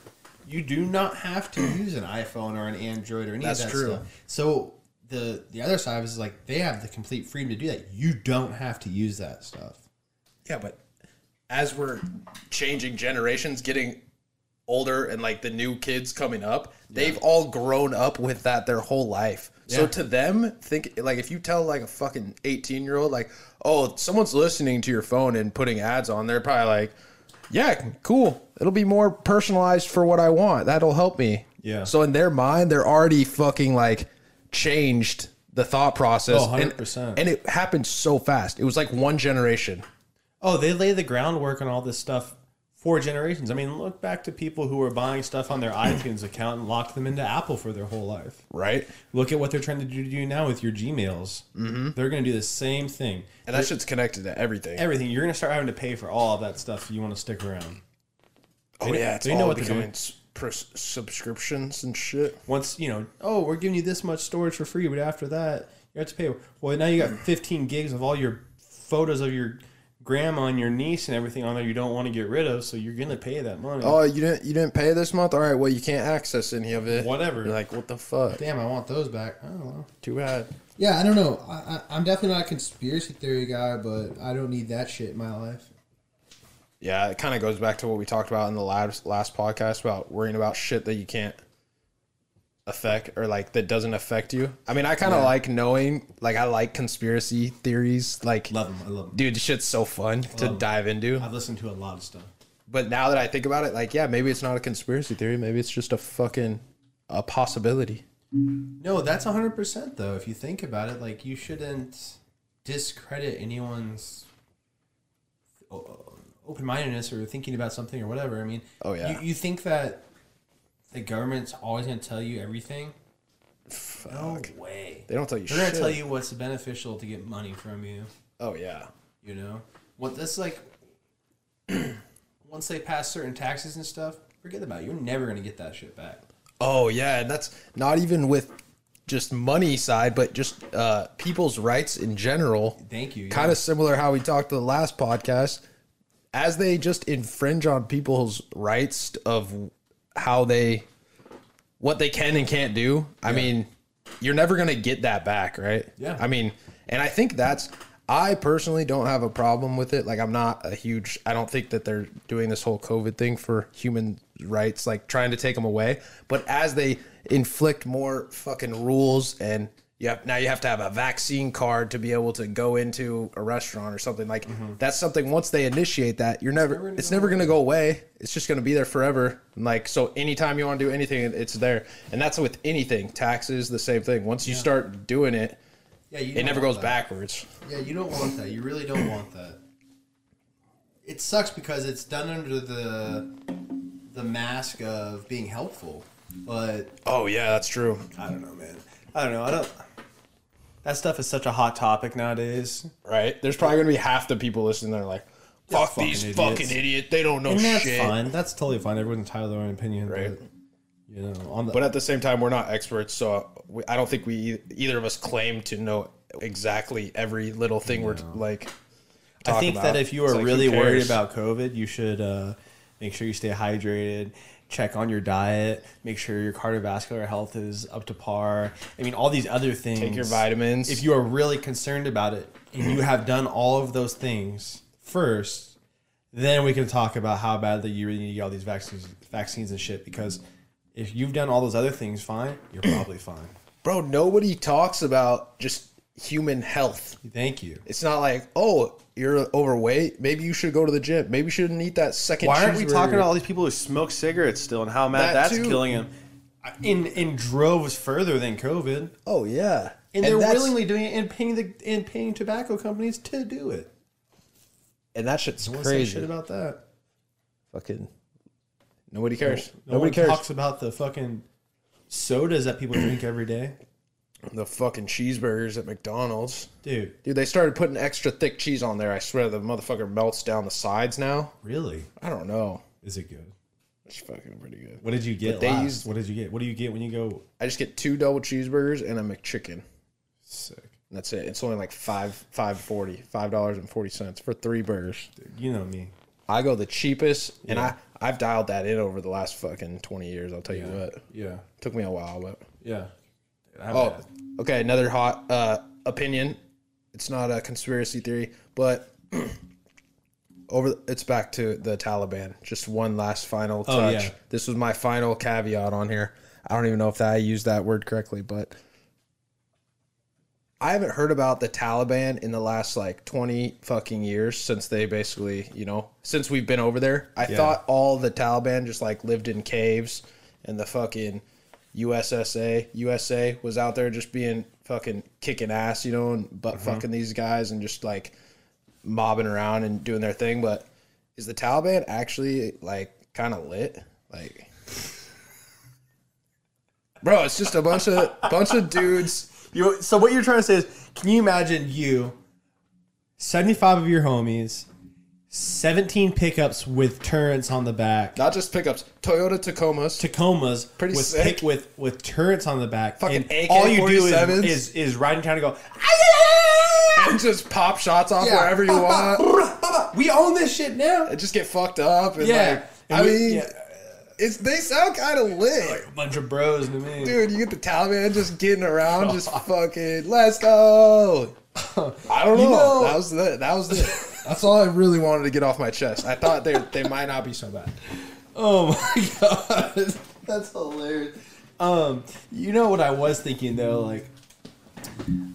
S3: You do not have to use an iPhone or an Android or any
S4: That's
S3: of that
S4: true.
S3: stuff. So the the other side of it is like they have the complete freedom to do that. You don't have to use that stuff.
S4: Yeah, but as we're changing generations, getting older, and like the new kids coming up, they've all grown up with that their whole life. So to them, think like if you tell like a fucking eighteen year old like, oh, someone's listening to your phone and putting ads on, they're probably like, yeah, cool. It'll be more personalized for what I want. That'll help me.
S3: Yeah.
S4: So in their mind, they're already fucking like changed the thought process.
S3: Oh,
S4: And-
S3: 100%.
S4: and it happened so fast. It was like one generation.
S3: Oh, they lay the groundwork on all this stuff for generations. I mean, look back to people who were buying stuff on their iTunes account and locked them into Apple for their whole life.
S4: right?
S3: Look at what they're trying to do, do now with your Gmails. Mm-hmm. They're going to do the same thing.
S4: And that shit's connected to everything.
S3: Everything you're going to start having to pay for all of that stuff. If you want to stick around
S4: oh yeah, it's
S3: they
S4: all
S3: know what they're
S4: becoming
S3: doing.
S4: s- pers- subscriptions and shit.
S3: once you know. Oh, we're giving you this much storage for free, but after that you have to pay. Well, now you got 15 gigs of all your photos of your grandma and your niece and everything on there you don't want to get rid of, so you're going to pay that money.
S4: Oh, you didn't you didn't pay this month? All right, well you can't access any of it.
S3: Whatever.
S4: You're like what the fuck?
S9: Damn, I want those back. I don't know.
S4: Too bad.
S9: Yeah, I don't know. I, I, I'm definitely not a conspiracy theory guy, but I don't need that shit in my life.
S4: Yeah, it kind of goes back to what we talked about in the last last podcast about worrying about shit that you can't affect or like that doesn't affect you. I mean, I kind of like knowing, like I like conspiracy theories. Like,
S2: Love them. I love them.
S4: dude, this shit's so fun to dive into.
S2: I've listened to a lot of stuff.
S4: But now that I think about it, like, yeah, maybe it's not a conspiracy theory. Maybe it's just a fucking a possibility.
S3: No, that's 100% though. If you think about it, like you shouldn't discredit anyone's open mindedness or thinking about something or whatever. I mean,
S4: Oh, yeah.
S3: You, you think that the government's always going to tell you everything? No way.
S4: They don't tell you
S3: They're going
S4: shit.
S3: to tell you what's beneficial to get money from you,
S4: Oh yeah.
S3: you know? What that's like once they pass certain taxes and stuff, forget about it. You're never going to get that shit back.
S4: Oh yeah, and that's not even with just money side, but just uh, people's rights in general.
S3: Thank you, yeah.
S4: Kind of similar how we talked to the last podcast. As they just infringe on people's rights of how they, what they can and can't do. I mean, you're never gonna get that back, right?
S3: Yeah.
S4: I mean, and I think that's. I personally don't have a problem with it. Like, I'm not a huge. I don't think that they're doing this whole COVID thing for human rights, like trying to take them away. But as they inflict more fucking rules, and you have, now you have to have a vaccine card to be able to go into a restaurant or something. Like, that's something. Once they initiate that, you're never. Mm-hmm. It's never, gonna go away. It's just gonna be there forever. And, like, so anytime you want to do anything, it's there. And that's with anything. Taxes, the same thing. Once you start doing it.
S3: Yeah, you
S4: It
S3: don't
S4: never
S3: want
S4: goes
S3: that.
S4: backwards.
S3: Yeah, you don't want that. You really don't want that. It sucks because it's done under the the mask of being helpful, but
S4: Oh yeah, that's true.
S2: I don't know, man. I don't know. I don't. That stuff is such a hot topic nowadays.
S4: Right? There's probably gonna be half the people listening. They're like, "Fuck
S2: fucking
S4: these
S2: idiots."
S4: fucking idiot. They don't know
S2: And that's
S4: Oh, shit."
S2: fine. That's totally fine. Everyone's entitled to their own opinion,
S4: Right.
S2: But, you know, on the
S4: But at the same time, we're not experts, so we, I don't think we e- either of us claim to know exactly every little thing we're t- like.
S2: I
S4: talk
S2: think
S4: about.
S2: that if you
S4: It's
S2: are
S4: like, who
S2: really worried
S4: cares?
S2: about COVID, you should uh, make sure you stay hydrated, check on your diet, make sure your cardiovascular health is up to par. I mean, all these other things.
S4: Take your vitamins.
S2: If you are really concerned about it and you have done all of those things first, then we can talk about how badly you really need to get all these vaccines, vaccines and shit. Because if you've done all those other things fine, you're probably fine.
S4: bro, nobody talks about just human health.
S2: Thank you.
S4: It's not like, oh, you're overweight. Maybe you should go to the gym. Maybe you shouldn't eat that second.
S2: Why aren't we talking
S4: cheeseburger."
S2: to all these people who smoke cigarettes still and how mad
S4: That
S2: that's
S4: too.
S2: killing them? In in droves further than COVID,
S4: Oh yeah,
S2: and, they're
S4: that's-
S2: willingly doing it and paying the and paying tobacco companies to do it.
S4: and that shit's
S2: What's that
S4: crazy.
S2: shit about that?
S4: fucking nobody cares.
S2: No one talks about the fucking sodas that people drink every day,
S4: the fucking cheeseburgers at McDonald's.
S2: dude.
S4: Dude, they started putting extra thick cheese on there. I swear the motherfucker melts down the sides now.
S2: Really,
S4: I don't know.
S2: is it good?
S4: It's fucking pretty good.
S2: What did you get?
S4: But they
S2: last?
S4: used-
S2: what did you get? What do you get when you go
S4: I just get two double cheeseburgers and a McChicken. And
S2: sick?
S4: that's it. It's only like five five forty. Five dollars and forty cents for three burgers.
S2: You know me.
S4: I go the cheapest and I, I've dialed that in over the last fucking twenty years, I'll tell you what.
S2: Yeah,
S4: Took me a while, but
S2: yeah.
S4: Oh, okay. Another hot uh, opinion. It's not a conspiracy theory, but over it's back to the Taliban. Just one last final touch.
S2: yeah.
S4: This was my final caveat on here. I don't even know if that, I used that word correctly, but I haven't heard about the Taliban in the last like 20 fucking years since they basically, you know, since we've been over there. I thought all the Taliban just like lived in caves and the fucking USSA, USA was out there just being fucking kicking ass, you know, and butt fucking these guys and just like mobbing around and doing their thing. But is the Taliban actually like kind of lit? Like, bro, it's just a bunch of bunch of dudes.
S2: You so what you're trying to say is, can you imagine you, 75 of your homies, 17 pickups with turrets on the back,
S4: not just pickups, Toyota Tacomas.
S2: Tacomas
S4: Pretty
S2: with
S4: sick.
S2: pic- with with turrets on the back,
S4: Fucking
S2: and all you do
S4: AK-47s.
S2: is, is is ride in town and go.
S4: and just pop shots off wherever you want.
S2: We own this shit now.
S4: And just get fucked up. And
S2: Yeah,
S4: like, I
S2: And we-
S4: mean,
S2: yeah,
S4: it's they sound kind of lit.
S2: a bunch of bros to me.
S4: Dude, you get the Taliban just getting around, just fucking, let's go. I don't know.
S2: know-
S4: that was the, that was the, that's all I really wanted to get off my chest. I thought they they might not be so bad.
S2: Oh my god,
S3: That's hilarious.
S2: Um,
S3: You know what I was thinking though, like, um,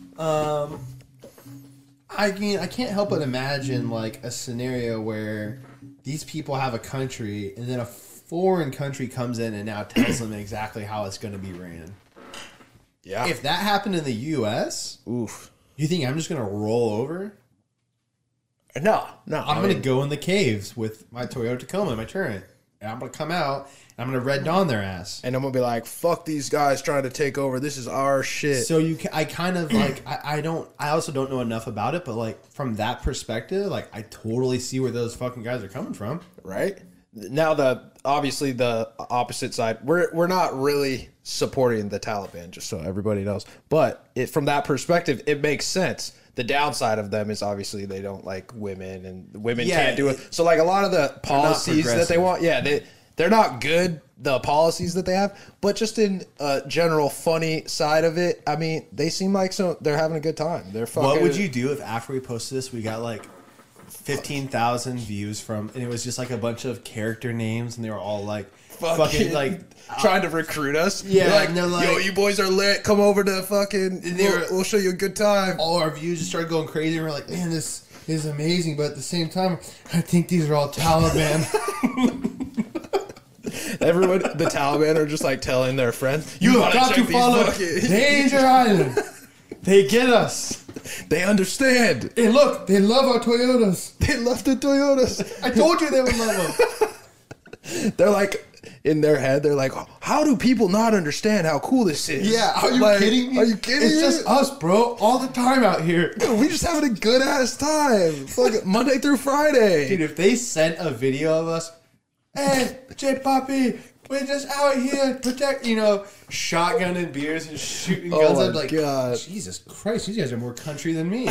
S3: I mean, I can't help but imagine like a scenario where these people have a country, and then a foreign country comes in and now tells them exactly how it's going to be ran.
S4: Yeah.
S3: If that happened in the U.S.,
S4: Oof.
S3: you think I'm just going to roll over?
S4: No, no.
S3: I'm going to go in the caves with my Toyota Tacoma, my Turret, and I'm going to come out and I'm going to red dawn their ass.
S4: and I'm gonna be like, "Fuck these guys trying to take over. This is our shit."
S3: So you, ca- I kind of like, I, I don't, I also don't know enough about it, but like from that perspective, like I totally see where those fucking guys are coming from.
S4: right? Now the obviously the opposite side. We're we're not really supporting the Taliban, just so everybody knows. But it, from that perspective, it makes sense. The downside of them is obviously they don't like women, and women
S3: Yeah,
S4: can't do it. So like a lot of the policies that they
S3: progressive.
S4: want, yeah, they they're not good. The policies that they have, but just in a general funny side of it, I mean, they seem like so they're having a good time. They're fucking.
S3: What would you do if after we posted this, we got like fifteen thousand views from, and it was just like a bunch of character names, and they were all like,
S4: fucking,
S3: fucking like
S4: trying to recruit us.
S3: Yeah,
S4: They're like,
S3: and they're like-
S4: yo, you boys are lit. Come over to fucking.
S3: they're-
S4: We'll, we'll show you a good time.
S3: all our views just started going crazy. And we're like, man, this is amazing, but at the same time, I think these are all Taliban.
S4: Everyone, the Taliban are just like telling their friends, "You,
S3: You've
S4: gotta
S3: got
S4: check
S3: to
S4: these
S3: follow
S4: fucking-
S3: Danger Island. They get us.
S4: They understand.
S3: And look, they love our Toyotas.
S4: They left the Toyotas.
S3: I told you they would love them.
S4: They're like. In their head, they're like, "How do people not understand how cool this is?"
S3: Yeah, are you
S4: Like,
S3: kidding me?
S4: Are you kidding
S3: It's
S4: me? Oh,
S3: just us, bro, all the time out here.
S4: we just having a good ass time, Fuck, Monday through Friday.
S3: Dude, if they sent a video of us, hey, J Poppy, we're just out here protect, you know, shotgunning beers and shooting
S4: Oh
S3: guns.
S4: my
S3: I'm like,
S4: God.
S3: Jesus Christ, these guys are more country than me.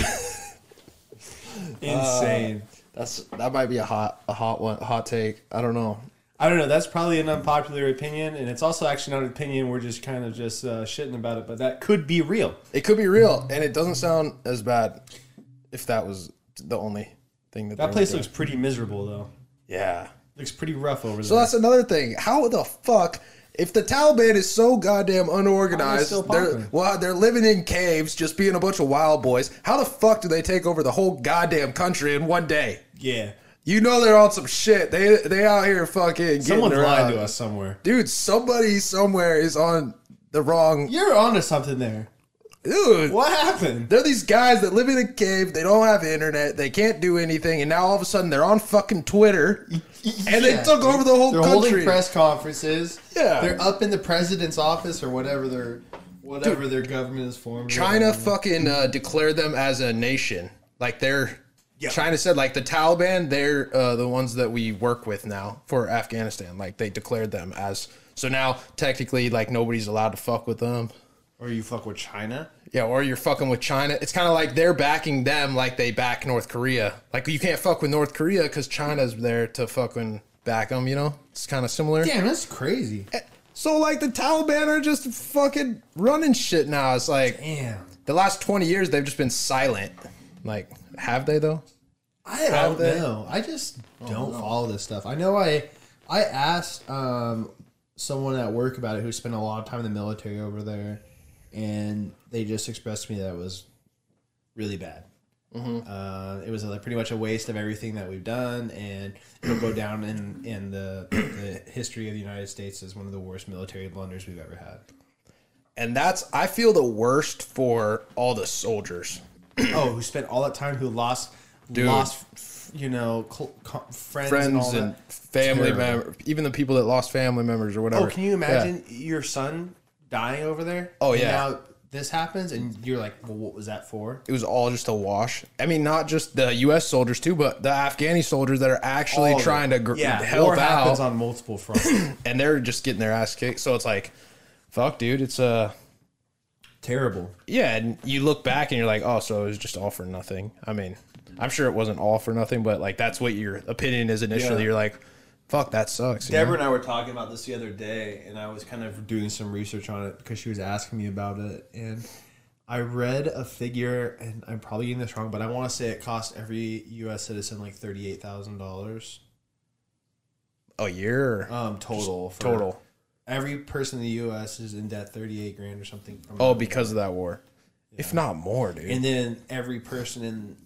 S2: insane.
S4: That's that might be a hot, a hot one, hot take. I don't know.
S2: I don't know. That's probably an unpopular opinion, and it's also actually not an opinion. We're just kind of just uh, shitting about it, but that could be real.
S4: It could be real, and it doesn't sound as bad if that was the only thing that,
S2: That
S4: they
S2: place
S4: were
S2: looks pretty miserable, though.
S4: doing. Yeah.
S2: Looks pretty rough over
S4: So
S2: there.
S4: that's another thing. How the fuck? If the Taliban is so goddamn
S2: Why are they
S4: unorganized,
S2: still
S4: they're
S2: popping?
S4: well, they're living in caves, just being a bunch of wild boys. How the fuck do they take over the whole goddamn country in one day?
S2: yeah,
S4: You know they're on some shit. They they out here fucking.
S2: someone's
S4: getting
S3: uh,
S4: around.
S2: lying to us somewhere.
S4: dude. Somebody somewhere is on the wrong.
S2: You're onto something there.
S4: Dude,
S2: What happened?
S4: They're these guys that live in a cave. They don't have internet. They can't do anything. And now all of a sudden they're on fucking Twitter, and they
S3: Yeah,
S4: took over the whole
S3: They're
S4: country.
S3: holding press conferences.
S4: Yeah.
S3: They're up in the president's office or whatever their whatever their government is formed.
S4: China fucking uh, declared them as a nation. Like they're China said, like the Taliban, they're uh, the ones that we work with now for Afghanistan. Like they declared them as. So now technically, like nobody's allowed to fuck with them.
S2: Or you fuck with China?
S4: Yeah, or you're fucking with China. It's kind of like they're backing them like they back North Korea. Like you can't fuck with North Korea because China's there to fucking back them, you know? It's kind of similar.
S3: Damn, that's crazy.
S4: So like the Taliban are just fucking running shit now. It's like
S3: Damn.
S4: the last 20 years they've just been silent. Like have they though?
S3: I don't
S4: they?
S3: know. I just
S4: Oh,
S3: don't follow this stuff. I know I I asked um, someone at work about it who spent a lot of time in the military over there, and they just expressed to me that it was really bad.
S4: Mm-hmm.
S3: Uh, it was like pretty much a waste of everything that we've done, and it'll go down in in the, the history of the United States as one of the worst military blunders we've ever had.
S4: And that's I feel the worst for all the soldiers.
S2: Oh, who spent all that time? Who lost?
S4: Dude.
S2: Lost, f- you know, cl- co- friends, and all
S4: Friends and
S2: that.
S4: family
S3: Terrible.
S4: members, even the people that lost family members or whatever.
S2: Oh, can you
S4: Yeah.
S2: imagine your son dying over there?
S4: Oh,
S2: And
S4: yeah.
S2: Now
S3: This happens, and you're like, "Well, what was that for?"
S4: it was all just a wash. I mean, not just the U.S. soldiers too, but the Afghani soldiers that are actually
S2: all of it.
S4: trying to gr-
S2: yeah, war
S4: help out,
S2: happens on multiple fronts.
S4: and they're just getting their ass kicked. So it's like, fuck, dude, it's Uh,
S2: Terrible.
S4: yeah, and you look back and you're like, oh, so it was just all for nothing. I mean, I'm sure it wasn't all for nothing, but like that's what your opinion is initially.
S2: Yeah.
S4: You're like, fuck, that sucks. you know?
S2: Deborah and I were talking about this the other day, and I was kind of doing some research on it because she was asking me about it. And I read a figure, and I'm probably getting this wrong, but I want to say it cost every U.S. citizen like $38,000
S4: a year or
S2: um, total. for-
S4: total.
S3: every person in the U.S. is in debt thirty eight grand or something. From
S4: Oh, because of that war. If not more, dude.
S3: and then every person in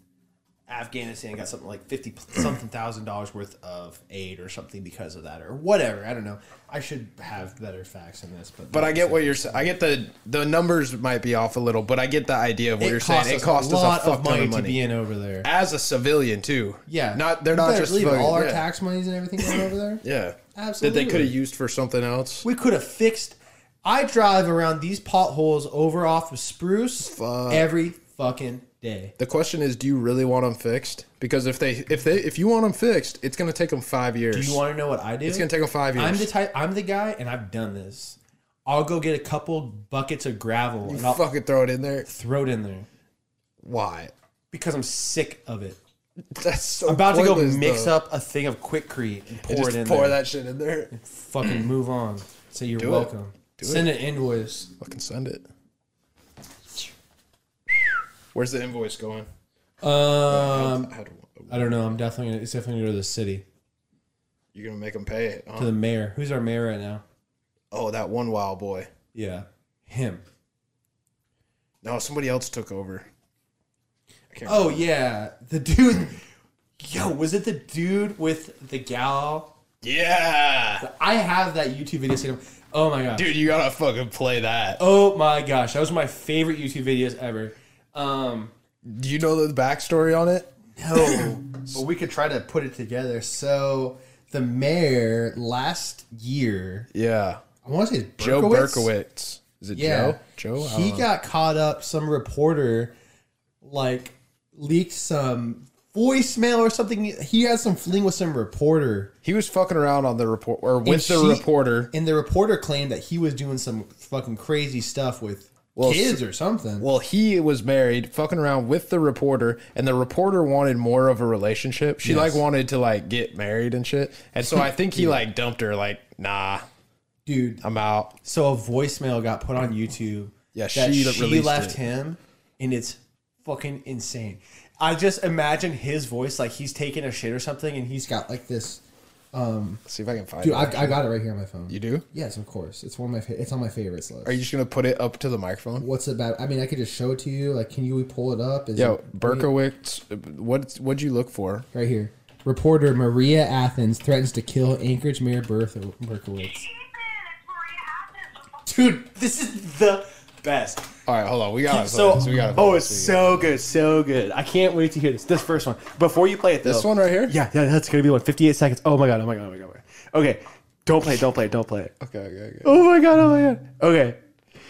S3: Afghanistan got something like fifty something thousand dollars worth of aid or something because of that or whatever. I don't know. I should have better facts in this, but
S4: but I get what you're saying. I get the the numbers might be off a little, but I get the idea of what you're saying. It cost us a fuck ton of
S3: to
S4: money.
S3: be in over there.
S4: as a civilian too.
S3: Yeah,
S4: Not they're
S3: We
S4: not
S3: better
S4: just
S3: leave all our
S4: yeah.
S3: tax monies and everything going over there.
S4: Yeah.
S3: Absolutely.
S4: That they could have used for something else.
S3: We could have fixed. I drive around these potholes over off of Spruce every fucking day.
S4: The question is, do you really want them fixed? Because if they if they if you want them fixed, it's gonna take them five years.
S3: Do you want to know what I do?
S4: it's gonna take them five years.
S3: I'm the type. I'm the guy, and I've done this. I'll go get a couple buckets of gravel and I'll
S4: fucking throw it in there.
S3: throw it in there
S4: Why?
S3: because I'm sick of it.
S4: That's so.
S3: I'm about to go
S4: pointless,
S3: mix
S4: though.
S3: up a thing of Quickcrete and pour
S4: Just
S3: it in
S4: pour
S3: there.
S4: that shit in there.
S3: Fucking move on. Say you're
S4: it.
S3: welcome. Send an invoice.
S4: Fucking send it. Where's the invoice going?
S3: Um,
S4: I had one.
S3: I don't know. I'm definitely gonna, it's definitely gonna go to the city
S4: You're gonna make them pay it.
S3: to
S4: Huh?
S3: the mayor. Who's our mayor right now?
S4: Oh, that one wild boy.
S3: Yeah, him.
S4: No, somebody else took over. I can't
S3: Oh yeah, the dude. Yo, was it the dude with the gal?
S4: Yeah,
S3: I have that YouTube video. sitting- Oh my god.
S4: dude, you gotta fucking play that.
S3: Oh my gosh, that was my favorite YouTube videos ever. Um,
S4: Do you know the backstory on it?
S3: no, but we could try to put it together. So the mayor last year,
S4: Yeah,
S3: I want to say it's
S4: Joe
S3: Berkowitz?
S4: Berkowitz. Is it
S3: Yeah,
S4: Joe? Joe? I
S3: He
S4: don't know.
S3: got caught up. Some reporter like leaked some voicemail or something. He had some fling with some reporter.
S4: he was fucking around on the report or with the
S3: she-
S4: reporter.
S3: And the reporter claimed that he was doing some fucking crazy stuff with kids or something.
S4: Well, he was married, fucking around with the reporter, and the reporter wanted more of a relationship. She like wanted to like get married and shit, and so I think he like dumped her. Like, nah,
S3: Dude,
S4: I'm out.
S3: so a voicemail got put on YouTube.
S4: Yeah,
S3: that
S4: she
S3: she,
S4: released
S3: left
S4: it.
S3: him, and it's fucking insane. I just imagine his voice like he's taking a shit or something, and he's got like this.
S4: Let's see if I can find
S3: Dude,
S4: it.
S3: I, I got it right here on my phone.
S4: you do?
S3: Yes, of course. It's one of my. Fa- it's on my favorites list.
S4: Are you just gonna put it up to the microphone?
S3: What's about? I mean, I could just show it to you. Like, can you pull it up? Is
S4: Yo,
S3: it-
S4: Berkowitz, what what'd you look for?
S3: right here. Reporter Maria Athens threatens to kill Anchorage Mayor Bertha Berkowitz. Dude, this is the best.
S4: All right, hold on, we gotta. play
S2: So,
S4: this, we gotta play
S2: oh, it's
S4: this. We
S2: so good, so good. I can't wait to hear this. This first one. Before you play it,
S4: gotta-
S2: though,
S4: this one right here.
S2: Yeah, yeah, that's gonna be one. 58 seconds. Oh my god. Oh my god. Oh my god. Oh my god. Okay, don't play it. Don't play it. Don't play it.
S4: Okay, okay, okay.
S2: Oh my god. Oh my god. Okay.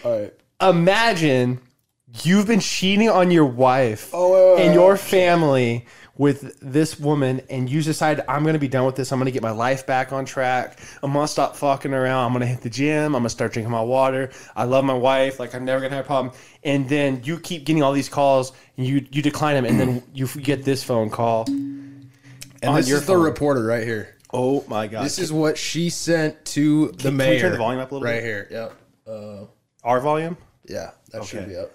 S4: All right.
S2: Imagine you've been cheating on your wife
S3: Oh,
S4: wait, wait,
S2: and
S4: wait.
S2: your family with this woman, and you decide I'm gonna be done with this. I'm gonna get my life back on track. I'm gonna stop fucking around. I'm gonna hit the gym. I'm gonna start drinking my water. I love my wife. Like I'm never gonna have a problem. And then you keep getting all these calls, and you you decline them, and then you get this phone call.
S4: And
S2: On
S4: this
S2: your
S4: is the
S2: phone.
S4: reporter right here.
S2: Oh my god!
S4: This is what she sent to the mayor.
S2: we turn the volume up a little
S4: Right
S2: bit?
S4: here. Yep. Uh,
S2: our volume.
S4: Yeah, that should
S2: Okay.
S4: be up.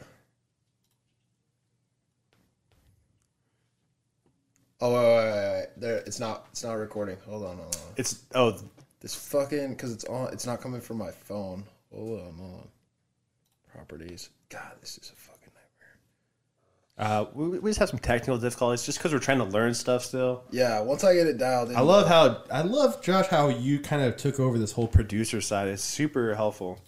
S4: Oh wait, wait, wait, wait. There, it's not. It's not recording. Hold on, hold on.
S2: It's oh
S4: This fucking because it's on. It's not coming from my phone. Hold on, hold on. Properties. God, this is a fucking nightmare.
S2: Uh, we, we just have some technical difficulties just because we're trying to learn stuff still.
S4: Yeah, once I get it dialed in,
S2: I love how
S3: I love Josh how you kind of took over this whole.
S2: producer side is super helpful.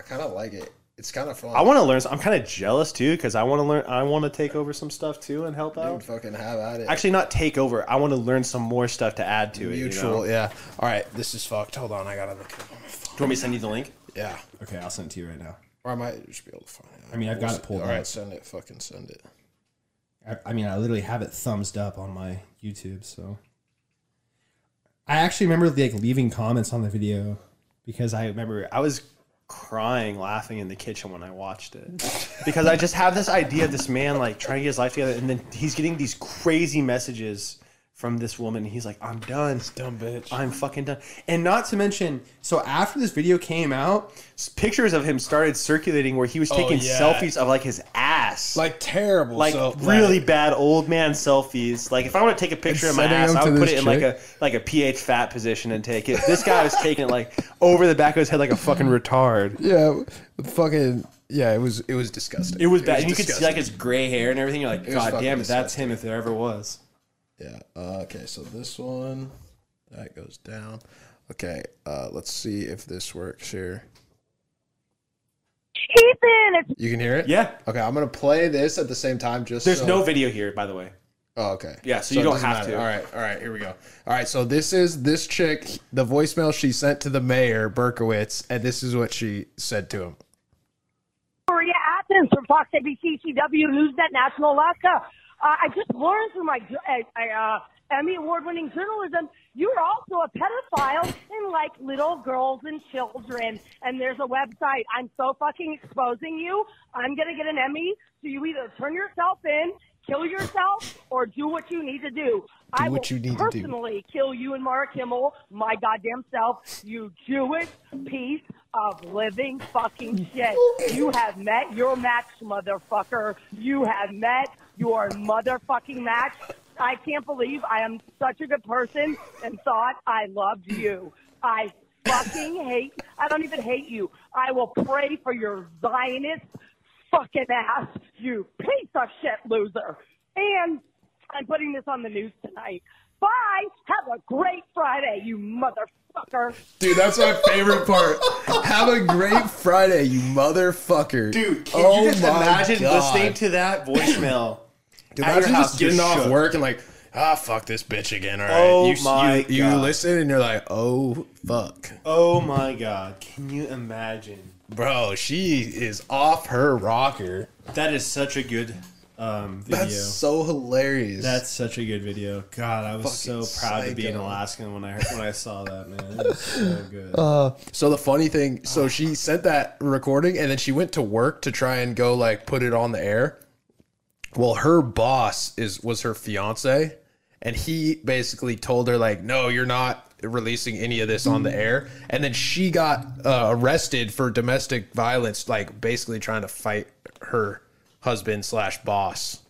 S4: I kind of like it. It's kind of fun.
S2: I want to learn. I'm kind of jealous too because I want to learn. I want to take over some stuff too and help
S4: to
S2: out.
S4: fucking have at it.
S2: Actually, not take over. I want to learn some more stuff to add to it. Mutual.
S4: Mutual. Yeah. All right, this is fucked. Hold on, I gotta look. it up on my phone.
S2: Do you want me to send you the link?
S4: Yeah.
S3: Okay, I'll send it to you right now.
S4: Or I might just be able to find it.
S3: I mean, I've got it pulled
S4: All right,
S3: up.
S4: send it. Fucking send it.
S3: I, I mean, I literally have it thumbsed up on my YouTube. So I actually remember like leaving comments on the video because I remember.
S2: I was crying laughing in the kitchen when I watched it because I just have this idea of this man like trying to get his life together and then he's getting these crazy messages from this woman. And he's like, I'm done.
S4: Dumb bitch.
S2: I'm fucking done. And not to mention, so after this video came out, s- pictures of him started circulating where he was taking
S4: Oh, yeah.
S2: selfies of like his ass.
S4: like terrible.
S2: like
S4: so,
S2: really bad old man selfies. Like if I want to take a picture of my
S3: sending
S2: ass,
S3: them
S2: I
S3: to
S2: would put it
S3: this
S2: in like
S3: chick?
S2: a like a ph fat position and take it. This guy was taking it like over the back of his head like a fucking retard.
S4: yeah, fucking yeah. It was it was disgusting.
S2: It was bad. and you could see
S4: disgusting.
S2: like his gray hair and everything. You're like,
S4: was
S2: God
S4: fucking
S2: damn it, that's him if there ever was.
S4: Yeah. Uh, okay. So this one that goes down. Okay. Uh, let's see if this works here.
S10: Ethan, it's
S4: You can hear it.
S2: Yeah.
S4: Okay. I'm gonna play this at the same time. Just
S2: There's
S4: so-
S2: no video here, by the way.
S4: Oh, okay.
S2: Yeah, so you
S4: it
S2: don't
S4: doesn't
S2: have to.
S4: All right. All right. Here we go. All right. So this is this chick. The voicemail she sent to the mayor Berkowitz, and this is what she said to him.
S10: Maria Athens from Fox ABC CW Newsnet National Alaska. Uh, I just learned through my jo- I, I, uh, Emmy award-winning journalism, you're also a pedophile in like little girls and children. And there's a website. I'm so fucking exposing you. I'm gonna get an Emmy. So you either turn yourself in, kill yourself, or do what you need to do. I
S4: what
S10: will
S4: you need to do.
S10: personally personally kill you and Mara Kimmel, my goddamn self, you Jewish piece of living fucking shit. You have met your match, motherfucker. You have met your motherfucking match. I can't believe I am such a good person and thought I loved you. I fucking hate, I don't even hate you. I will pray for your Zionist fucking ass, you piece of shit loser. And I'm putting this on the news tonight. Bye. Have a great Friday, you motherfucker.
S4: Dude, that's my favorite part. Have a great Friday, you motherfucker. Oh
S2: Dude, can you just imagine listening to that voicemail?
S4: Dude,
S2: at your
S4: imagine
S2: house
S4: just getting
S2: just
S4: off
S2: shook.
S4: work and like, ah, fuck this bitch again. All right.
S2: Oh
S4: you,
S2: my
S4: you, you
S2: God.
S4: listen and you're like, oh fuck,
S2: Oh my god, can you imagine?
S4: bro, she is off her rocker.
S2: That is such a good um, video.
S4: That's so hilarious.
S2: That's such a good video. God, I was so
S4: Fucking
S2: proud to be an
S4: psycho.
S2: Alaskan when I heard, when I saw that man. It was so good.
S4: so the funny thing. So she sent that recording and then she went to work to try and go like put it on the air. Well, her boss is was her fiance, and he basically told her like, "No, you're not releasing any of this on the air." And then she got uh, arrested for domestic violence, like basically trying to fight her husband slash boss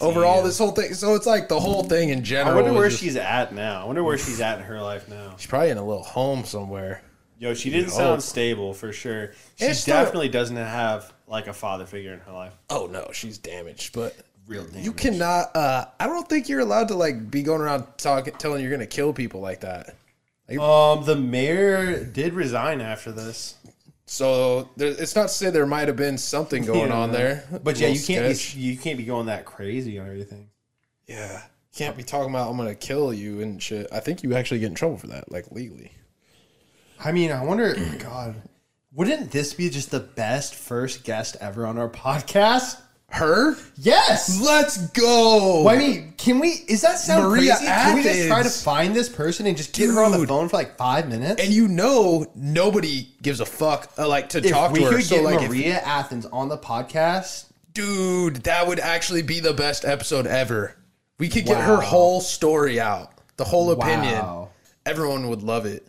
S4: over all this whole thing. So it's like the whole thing in
S2: I
S4: general.
S2: wonder
S4: was
S2: where
S4: just-
S2: she's at now. I wonder where she's at in her life now.
S4: she's probably in a little home somewhere.
S2: Yo, she didn't sound stable for sure. She
S4: It's still-
S2: definitely doesn't have like a father figure in her life.
S4: Oh no, she's damaged, but
S2: Real damage.
S4: You cannot. Uh, I don't think you're allowed to like be going around talking, telling you're gonna kill people like that.
S2: Um, the mayor did resign after this.
S4: So there, it's not to say there might have been something going on there,
S2: But yeah,
S4: Little
S2: you can't
S4: sketch.
S2: be, you can't be going that crazy on everything.
S4: yeah, can't be talking about I'm gonna kill you and shit. I think you actually get in trouble for that, like legally.
S2: I mean, I wonder. God, wouldn't this be just the best first guest ever on our podcast?
S4: Her?
S3: Yes.
S4: Let's go.
S3: Well, I mean, can we? Is that sound
S4: Maria
S3: crazy? Can we just try to
S4: Athens.
S3: find this person and just get her on the
S4: Dude.
S3: phone for like five minutes?
S4: and you know nobody gives a fuck uh, like to
S3: if
S4: talk
S3: we
S4: to her.
S3: could
S4: So
S3: get
S4: like, if-
S3: Maria Athens on the podcast,
S4: dude, that would actually be the best episode ever. We could get her
S3: Wow.
S4: whole story out, the whole opinion.
S3: Wow.
S4: Everyone would love it.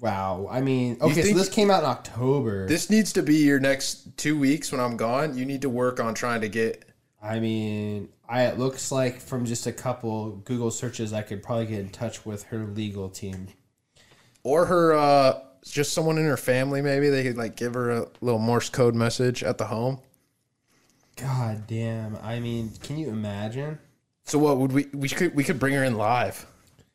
S3: Wow. I mean, okay, so
S4: think-
S3: this came out in October.
S4: This needs to be your next two weeks when I'm gone. You need to work on trying to get.
S3: I mean, I it looks like from just a couple Google searches, I could probably get in touch with her legal team.
S4: or her uh just someone in her family maybe they could like give her a little morse code message at the home
S3: God damn. I mean, can you imagine?
S4: so what would we we could we could bring her in live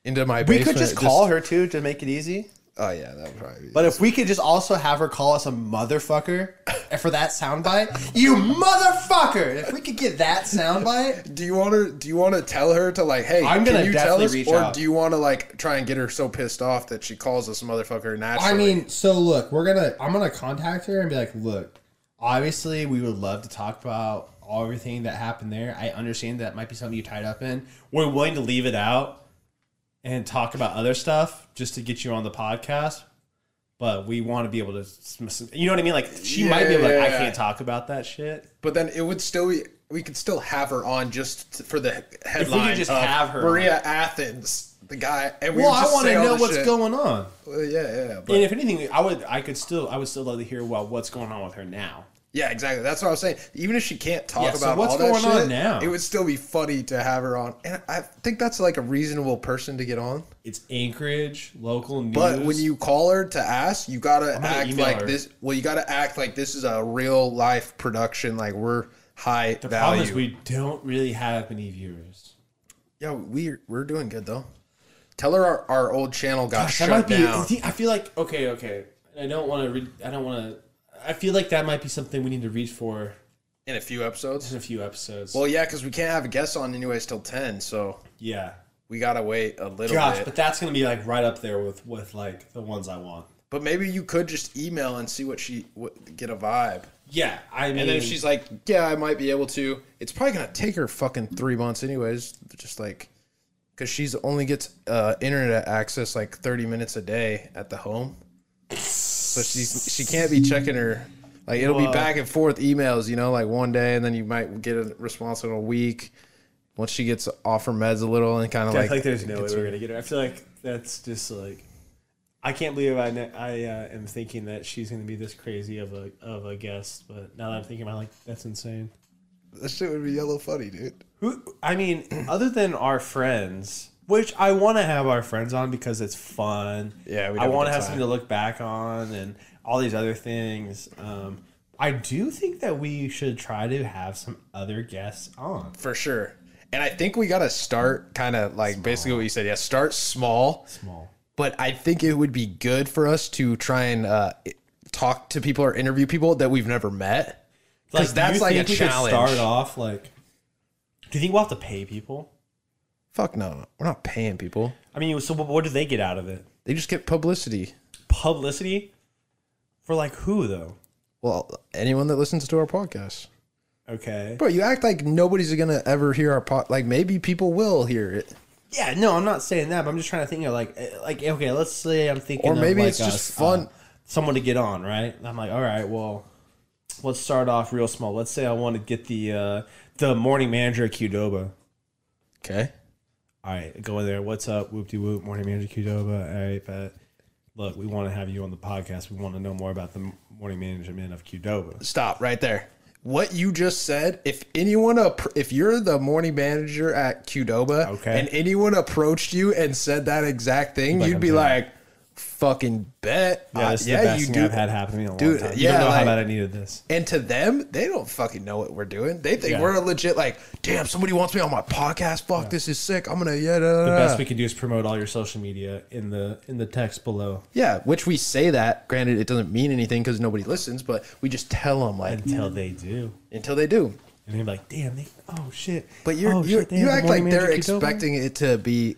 S4: into my
S2: We
S4: basement
S2: could just call her too to make it easy.
S4: oh yeah that would probably be
S3: But if we could just also have her call us a motherfucker and for that soundbite, you motherfucker! If we could get that soundbite,
S4: do you want to do you want to tell her to like hey
S3: I'm gonna
S4: can you tell
S3: definitely
S4: us
S3: reach
S4: or
S3: out.
S4: do you want to like try and get her so pissed off that she calls us motherfucker naturally
S3: I mean, so look, we're gonna, I'm gonna contact her and be like, look, obviously we would love to talk about all everything that happened there. I understand that might be something you tied up in.
S2: We're willing to leave it out and talk about other stuff just to get you on the podcast. But we want to be able to, sm- sm- you know what I mean? Like she might be like, I
S4: Yeah.
S2: can't talk about that shit.
S4: but then it would still be we could still have her on just t- for the headline.
S2: just
S4: of
S2: have her
S4: Maria Athens, the guy. And we
S3: Well,
S4: would
S3: I
S4: just
S3: want to
S4: say all
S3: know
S4: the
S3: what's
S4: shit.
S3: going on.
S4: Well, yeah, yeah, but
S2: And if anything, I would, I could still, I would still love to hear well, what's going on with her now.
S4: yeah, exactly. That's what I was saying. Even if she can't talk
S2: Yeah,
S4: about
S2: so what's
S4: all that
S2: going on
S4: shit,
S2: now?
S4: it would still be funny to have her on. And I think that's like a reasonable person to get on.
S2: It's Anchorage, local news.
S4: But when you call her to ask, you gotta
S2: gonna
S4: act
S2: email
S4: like
S2: her.
S4: this. Well, you gotta act like this is a real life production. Like we're high
S2: the problem
S4: value.
S2: is we don't really have many viewers.
S4: yeah, we we're doing good though. Tell her our, our old channel got
S2: That
S4: shut
S2: might be.
S4: down.
S2: I think- I feel like okay, okay. I don't want to. Re- I don't want to. I feel like that might be something we need to reach for
S4: in a few episodes.
S2: in a few episodes.
S4: Well, yeah, because we can't have a guest on anyways till ten, so
S2: yeah,
S4: we gotta wait a little
S2: gosh,
S4: bit.
S2: but
S4: But,
S2: that's gonna be like right up there with with like the ones I want.
S4: maybe you could just email and see what she what, get a vibe.
S2: Yeah, I mean,
S4: And then if she's like, "Yeah, I might be able to," it's probably gonna take her fucking three months, anyways. Just like, because she's only gets uh, internet access like thirty minutes a day at the home, so she's she can't be checking her. Like it'll be back and forth emails, you know, like one day, and then you might get a response in a week. Once she gets off her meds a little and kind of
S2: I
S4: like,
S2: feel like there's no way we're gonna get her. I feel like that's just like I can't believe I ne- I uh, am thinking that she's gonna be this crazy of a of a guest. But now that I'm thinking about, it, like that's insane.
S4: that shit would be yellow funny, dude.
S2: Who? I mean, other than our friends, which I want to have our friends on because it's fun.
S4: Yeah, we'd
S2: I
S4: have a
S2: want to
S4: good
S2: have
S4: time.
S2: something to look back on and all these other things. Um, I do think that we should try to have some other guests on.
S4: for sure. And I think we gotta start kind of like basically what you said. Yeah, start small.
S2: Small.
S4: but I think it would be good for us to try and uh, talk to people or interview people that we've never met. Because
S2: do
S4: that's
S2: you
S4: like a
S2: think we could
S4: challenge.
S2: Start off like. Do you think we'll have to pay people?
S4: Fuck no, we're not paying people.
S2: I mean, so what what do they get out of it?
S4: They just get publicity.
S2: Publicity. For like who though?
S4: Well, anyone that listens to our podcast,
S2: Okay.
S4: bro, you act like nobody's gonna ever hear our pod. Like maybe people will hear it,
S2: Yeah, no, I'm not saying that. But I'm just trying to think of like, eh, like okay, let's say I'm thinking,
S4: or
S2: of,
S4: maybe
S2: like,
S4: it's just
S2: us,
S4: fun.
S2: uh, someone to get on, right? And I'm like, all right, well, let's start off real small. Let's say I want to get the uh, the morning manager at Qdoba.
S4: okay,
S2: All right, go in there. What's up? Whoop de whoop, morning manager Qdoba. All right, but look, we want to have you on the podcast. We want to know more about the morning management of Qdoba.
S4: stop right there. What you just said, if anyone up, if you're the morning manager at Qdoba,
S2: Okay.
S4: and anyone approached you and said that exact thing, you'd
S2: I'm
S4: be
S2: down.
S4: like, "Fucking bet,
S2: Yeah,
S4: Uh,
S2: this is the best thing I've had happen to me in a
S4: Dude,
S2: long time. you
S4: yeah,
S2: don't know how
S4: like-
S2: bad I needed this.
S4: And to them, they don't fucking know what we're doing. They think
S2: Yeah.
S4: we're legit. Like, damn, somebody wants me on my podcast. Fuck, this is sick. I'm gonna yeah, da, da,
S2: The
S4: da."
S2: best we can do is promote all your social media in the in the text below.
S4: yeah. Which we say that. Granted, it doesn't mean anything because nobody listens. But we just tell them like
S2: Until they do.
S4: until they do.
S2: And they're like, damn, they, oh shit.
S4: But you're,
S2: oh,
S4: you're
S2: shit, they
S4: you
S2: have the
S4: act
S2: morning
S4: like they're
S2: manager Qdoba?
S4: expecting it to be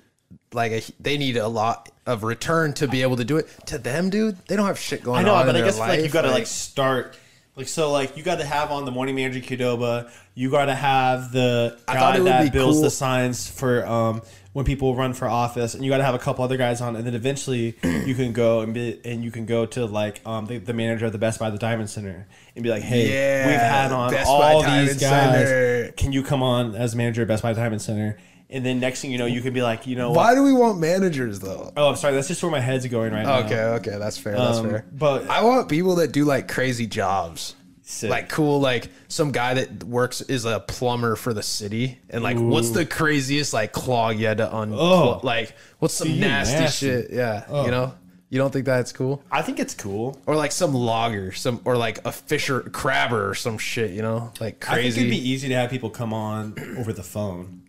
S4: like a, they need a lot of return to be able to do it. To them, dude, they don't have shit going
S2: I
S4: on.
S2: know,
S4: in
S2: but I
S4: their
S2: guess like you
S4: life,
S2: gotta like, start. Like so, like you got to have on the morning manager Qdoba. You got to have the
S4: I thought
S2: guy
S4: it would be
S2: that builds
S4: cool-
S2: the signs for um, when people run for office, and you got to have a couple other guys on, and then eventually you can go and be and you can go to like um, the, the manager of the Best Buy the Diamond Center and be like, hey,
S4: Yeah,
S2: we've had on
S4: Best Buy
S2: all
S4: Diamond
S2: these guys.
S4: Center.
S2: Can you come on as manager of Best Buy Diamond Center? And then next thing you know, you can be like, you know, what?
S4: why do we want managers though?
S2: Oh, I'm sorry. That's just where my head's going right now.
S4: Okay, okay, that's fair. That's
S2: Um,
S4: fair.
S2: but-
S4: I want people that do like crazy jobs.
S2: Sick.
S4: Like cool, like some guy that works is a plumber for the city, and like, what's the craziest like claw you had to un?
S2: Oh.
S4: Like, what's some
S2: Dude,
S4: nasty,
S2: nasty. Oh.
S4: shit? Yeah, you know, you don't think that's cool,
S2: I think it's cool.
S4: or like some logger, some or like a fisher crabber or some shit, you know, like
S2: I think
S4: crazy.
S2: it'd be easy to have people come on over the phone.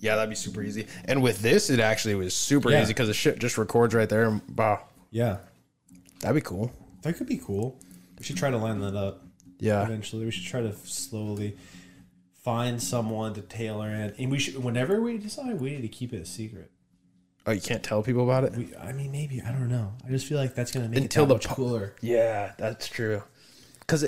S4: yeah, that'd be super easy. And with this, it actually was super
S2: Yeah.
S4: easy because the shit just records right there, and wow,
S2: Yeah,
S4: that'd be cool.
S2: that could be cool. We should try to line that up
S4: Yeah,
S2: eventually. We should try to slowly find someone to tailor in, and we should. Whenever we decide, we need to keep it a secret.
S4: oh, you can't tell people about it.
S2: We, I mean, maybe I don't know. I just feel like that's gonna make
S4: Until
S2: it
S4: the
S2: that much
S4: po-
S2: cooler.
S4: Yeah, that's true. Because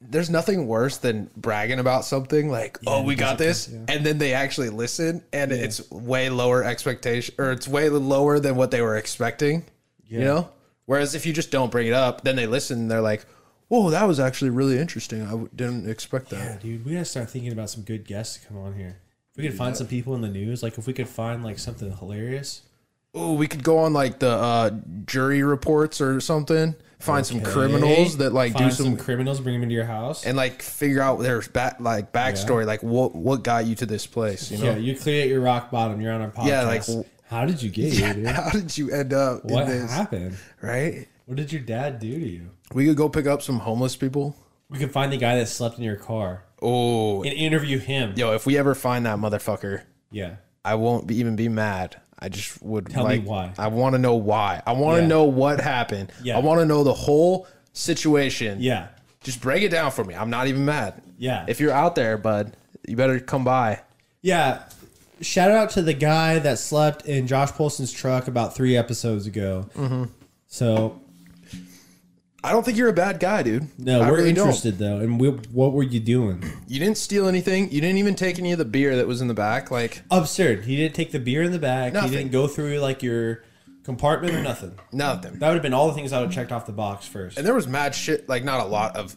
S4: there's nothing worse than bragging about something like, "Oh, we got this," and then they actually listen, and it's way lower expectation, or it's way lower than what they were expecting. You know. Whereas if you just don't bring it up, then they listen. And they're like, whoa, that was actually really interesting. I w- didn't expect that.
S2: Yeah, dude, we gotta start thinking about some good guests to come on here. If we could find some people in the news, like if we could find like something hilarious.
S4: Oh, we could go on like the uh, jury reports or something. Find some criminals that like
S2: Find
S4: do some,
S2: criminals, bring them into your house.
S4: and like figure out their back like backstory, like what what got you to this place. You know,
S2: yeah, you clear at your rock bottom. You're on a podcast.
S4: Yeah, like, w-
S2: how did you get here, dude?
S4: how did you end up
S2: What
S4: in this?
S2: happened?
S4: Right?
S2: What did your dad do to you?
S4: We could go pick up some homeless people.
S2: We could find the guy that slept in your car
S4: Oh,
S2: and interview him.
S4: yo, if we ever find that motherfucker,
S2: Yeah.
S4: I won't be, even be mad. I just would
S2: Tell me
S4: like.
S2: why.
S4: I want to know why. I want to
S2: Yeah.
S4: know what happened.
S2: Yeah.
S4: I want to know the whole situation.
S2: Yeah.
S4: Just break it down for me. I'm not even mad.
S2: Yeah.
S4: If you're out there, bud, you better come by.
S2: Yeah. Shout out to the guy that slept in Josh Polson's truck about three episodes ago.
S4: Mm-hmm.
S2: So
S4: I don't think you're a bad guy, dude.
S2: no,
S4: I
S2: we're
S4: really don't.
S2: interested though, and we, what were you doing?
S4: You didn't steal anything. You didn't even take any of the beer that was in the back. Like
S2: Absurd. He didn't take the beer in the back.
S4: Nothing.
S2: He didn't go through like your compartment or nothing.
S4: nothing.
S2: That would have been all the things I would have checked off the box first.
S4: And there was mad shit. Like not a lot of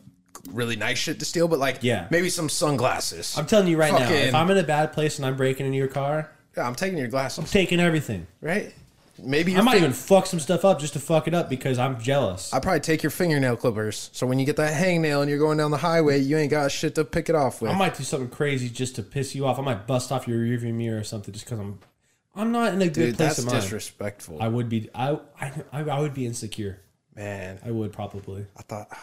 S4: really nice shit to steal, but like
S2: Yeah.
S4: maybe some sunglasses.
S2: I'm telling you right now,
S4: Fucking-
S2: if I'm in a bad place and I'm breaking into your car,
S4: Yeah, I'm taking your glasses,
S2: taking everything.
S4: right? Maybe
S2: I
S4: your
S2: might
S4: fin-
S2: even fuck some stuff up just to fuck it up because I'm jealous.
S4: I probably take your fingernail clippers. So when you get that hangnail and you're going down the highway, you ain't got shit to pick it off with.
S2: I might do something crazy just to piss you off. I might bust off your rearview mirror or something just because I'm I'm not in a good
S4: Dude,
S2: place
S4: that's
S2: of mind.
S4: disrespectful,
S2: I would be I, I I would be insecure.
S4: man.
S2: I would probably.
S4: I thought,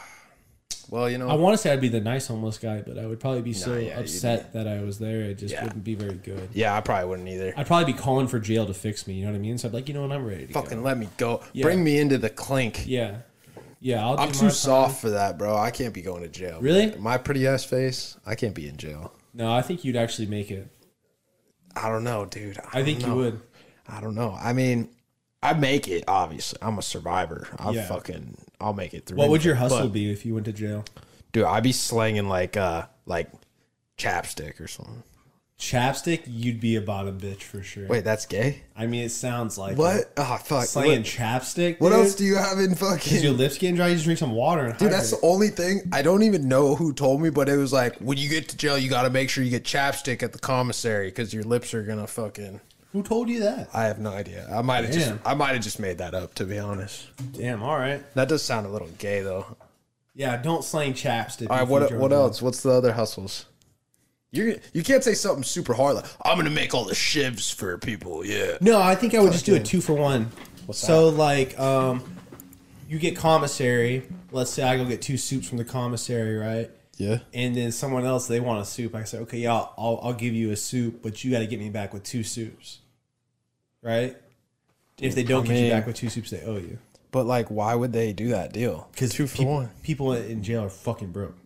S4: well, you know,
S2: I want to say I'd be the nice homeless guy, but I would probably be so
S4: Oh. yeah, you'd
S2: upset that I was there. It just
S4: Yeah.
S2: wouldn't be very good.
S4: yeah, I probably wouldn't either.
S2: I'd probably be calling for jail to fix me. You know what I mean? So I'd be like, you know what, I'm ready. To
S4: Fucking
S2: Go.
S4: let me go. Bring me into the clink.
S2: Yeah, yeah. I'll
S4: I'm
S2: do
S4: too
S2: my
S4: soft for that, bro. I can't be going to jail.
S2: Really?
S4: man. My pretty ass face. I can't be in jail.
S2: No, I think you'd actually make it.
S4: I don't know, dude. I,
S2: I
S4: don't
S2: think you
S4: know.
S2: would.
S4: I don't know. I mean, I make it. Obviously, I'm a survivor. I
S2: Yeah.
S4: fucking, I'll make it through.
S2: What would your
S4: anything.
S2: hustle
S4: But-
S2: be if you went to jail?
S4: Dude, I'd be slanging like uh like chapstick or something.
S2: Chapstick, you'd be a bottom bitch for sure.
S4: Wait, that's gay?
S2: I mean, it sounds like it.
S4: What? Oh fuck.
S2: Slaying
S4: What,
S2: chapstick.
S4: what
S2: dude?
S4: else do you have in
S2: Is your
S4: fucking
S2: lips getting dry? You just drink some water. And
S4: Dude, that's the only thing I don't even know who told me, but it was like when you get to jail, you gotta make sure you get chapstick at the commissary because your lips are gonna fucking
S2: who told you that?
S4: I have no idea. I might have just
S2: Damn.
S4: I might have just made that up to be honest.
S2: Damn. All right.
S4: That does sound a little gay though.
S2: Yeah. Don't slang chapstick.
S4: All right,
S2: if
S4: what e-,
S2: you're
S4: what
S2: drunk.
S4: else? What's the other hustles? You you can't say something super hard like I'm gonna make all the shivs for people. Yeah,
S2: No, I think I would just do a two for one. so like, um, you get commissary. Let's say I go get two soups from the commissary, right?
S4: yeah.
S2: And then someone else they want a soup. I say, okay, yeah, I'll, I'll, I'll give you a soup, but you got to get me back with two soups, right? If they don't get you
S4: mean-
S2: back with two soups, they owe you.
S4: But like, why would they do that deal?
S2: Because
S4: two for
S2: people,
S4: one.
S2: people in jail are fucking broke.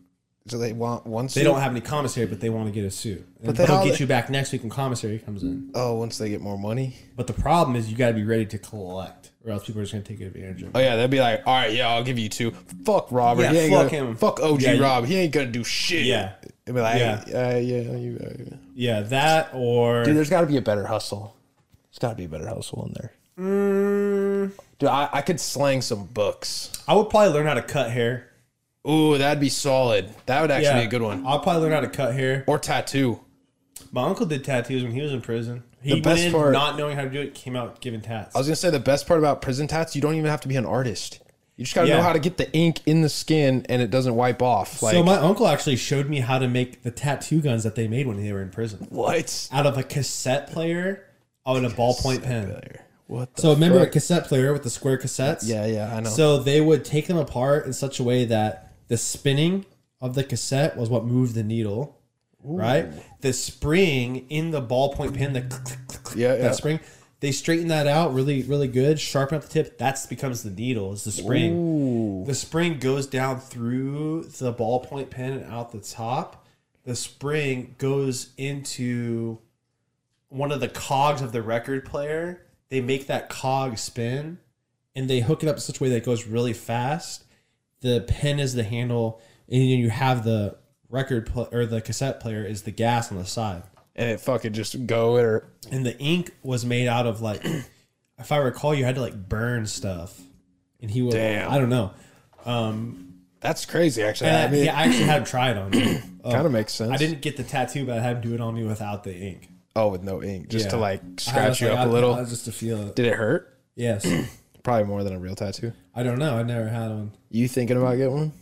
S4: So they want once
S2: They don't have any commissary, but they want to get a suit. But
S4: they-
S2: they'll
S4: how
S2: get
S4: they-
S2: you back next week when commissary comes in.
S4: Oh, once they get more money.
S2: But the problem is you got to be ready to collect, or else people are just going to take advantage of
S4: Oh
S2: it.
S4: yeah, they'd be like, all right, yeah, I'll give you two. Fuck Robert.
S2: Yeah,
S4: he ain't
S2: fuck
S4: gonna-
S2: him.
S4: Fuck OG
S2: Yeah, you-
S4: Rob. He ain't gonna do shit.
S2: Yeah.
S4: They'd be like,
S2: Yeah.
S4: yeah, uh, yeah. You, uh, yeah.
S2: Yeah, that or
S4: Dude, there's got to be a better hustle. There's got to be a better hustle in there.
S2: Mm.
S4: Dude, I, I could slang some books.
S2: I would probably learn how to cut hair.
S4: Ooh, that'd be solid. That would actually
S2: Yeah,
S4: be a good one.
S2: I'll probably learn how to cut hair.
S4: Or tattoo.
S2: My uncle did tattoos when he was in prison. He
S4: The
S2: went
S4: best
S2: in
S4: part-
S2: not knowing how to do it, came out giving tats.
S4: I was gonna say the best part about prison tats, you don't even have to be an artist. You just gotta
S2: Yeah.
S4: know how to get the ink in the skin and it doesn't wipe off. Like
S2: so my uncle actually showed me how to make the tattoo guns that they made when they were in prison
S4: what?
S2: out of a cassette player, out of a ballpoint pen.
S4: What? The
S2: So remember a
S4: frick?
S2: cassette player with the square cassettes?
S4: Yeah, yeah, I know.
S2: So they would take them apart in such a way that the spinning of the cassette was what moved the needle, right? The spring in the ballpoint pen, the click, click, click, click,
S4: Yeah,
S2: that
S4: yeah.
S2: spring, they straighten that out really, really good, sharpen up the tip. That's becomes the needle. It's the spring. The spring goes down through the ballpoint pen and out the top. The spring goes into one of the cogs of the record player. They make that cog spin and they hook it up in such a way that it goes really fast. The pen is the handle, and then you have the record pl- or the cassette player is the gas on the side.
S4: and it fucking just go or
S2: And the ink was made out of like, if I recall, you had to like burn stuff. And he would,
S4: Damn.
S2: I don't know. Um,
S4: That's crazy, actually.
S2: And
S4: I mean,
S2: yeah, I actually had tried on. me. Um,
S4: Kinda makes sense.
S2: I didn't get the tattoo, but I had to do it on me without the ink,
S4: oh, with no ink, just to
S2: Yeah.
S4: like
S2: I was
S4: scratch you
S2: like,
S4: up
S2: I-
S4: a little.
S2: I- just to feel it.
S4: Did it hurt?
S2: Yes,
S4: Probably more than a real tattoo.
S2: I don't know. I never had one.
S4: You thinking about getting one?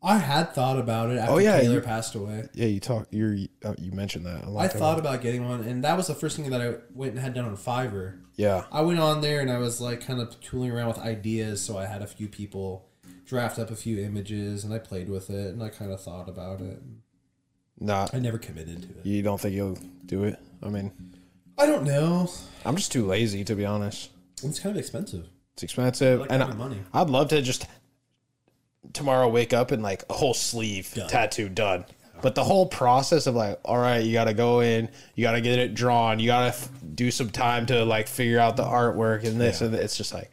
S2: I had thought about it after
S4: Oh, yeah,
S2: Taylor
S4: you-
S2: passed away.
S4: Yeah, you talk. You uh, you mentioned that. A lot
S2: I
S4: ago.
S2: thought about getting one, and that was the first thing that I went and had done on Fiverr.
S4: Yeah.
S2: I went on there and I was like kind of tooling around with ideas, so I had a few people draft up a few images, and I played with it, and I kind of thought about it.
S4: Not.
S2: I never committed to it.
S4: You don't think you'll do it? I mean,
S2: I don't know.
S4: I'm just too lazy to be honest.
S2: It's kind of expensive.
S4: It's expensive,
S2: like
S4: and
S2: having money.
S4: I, would love to just tomorrow wake up and like a whole sleeve tattoo done. But the whole process of like, all right, you got to go in, you got to get it drawn, you got to f- do some time to like figure out the artwork and this and that. it's just like,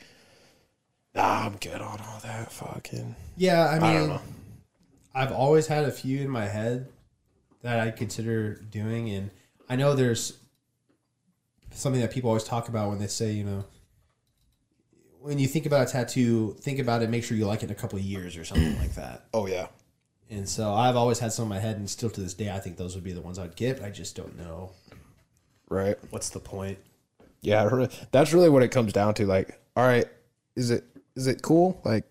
S4: ah, I'm good on all that fucking.
S2: Yeah, I mean,
S4: don't know.
S2: I've always had a few in my head that I consider doing, and I know there's something that people always talk about when they say, you know, when you think about a tattoo, think about it, make sure you like it in a couple of years or something like that.
S4: Oh yeah,
S2: And so I've always had some in my head, and still to this day, I think those would be the ones I'd get. But I just don't know
S4: right.
S2: what's the point.
S4: Yeah, I re- that's really what it comes down to. Like, all right, is it is it cool? Like,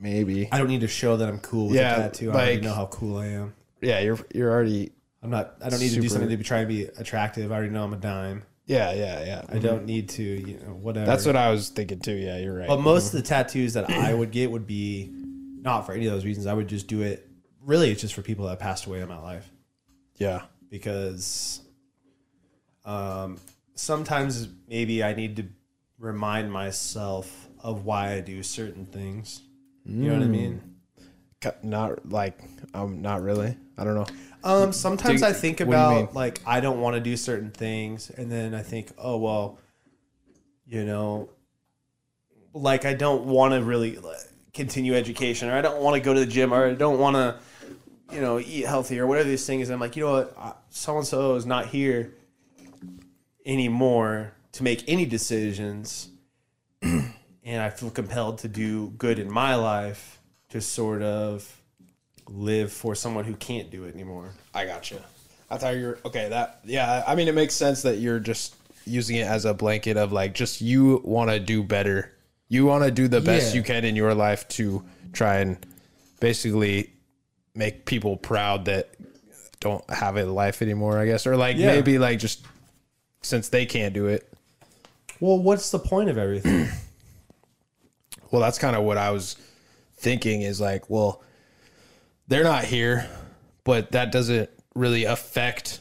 S4: maybe.
S2: I don't need to show that I'm cool with
S4: Yeah,
S2: a tattoo. I already
S4: like-
S2: know how cool I am.
S4: Yeah, you're you're already.
S2: I'm not. I don't need to do
S4: Super-
S2: something to be trying to be attractive. I already know I'm a dime.
S4: Yeah, yeah, yeah.
S2: I don't need to, you know, whatever.
S4: Mm-hmm. That's what I was thinking too. Yeah, you're right.
S2: But most of the tattoos that I would get would be not for any of those reasons. I would just do it. Really, it's just for people that passed away in my life
S4: yeah,
S2: because um, sometimes maybe I need to remind myself of why I do certain things. You know what I
S4: Hmm.
S2: mean?
S4: Cu- not like um, not really. I don't know.
S2: Um, sometimes
S4: Do-
S2: I think
S4: what do you
S2: about
S4: mean?
S2: like I don't want to do certain things, and then I think, oh well, you know, like I don't want to really like, continue education, or I don't want to go to the gym, or I don't want to, you know, eat healthy, or whatever this thing is. And I'm like, you know what, so and so is not here anymore to make any decisions, and I feel compelled to do good in my life to sort of live for someone who can't do it anymore.
S4: I got you. I thought you were okay. That yeah. I mean, it makes sense that you're just using it as a blanket of like just you want to do better. You want to do the best
S2: Yeah.
S4: you can in your life to try and basically make people proud that don't have a life anymore. I guess or like
S2: Yeah.
S4: maybe like just since they can't do it.
S2: Well, what's the point of everything?
S4: Well, that's kind of what I was thinking is like, well, they're not here, but that doesn't really affect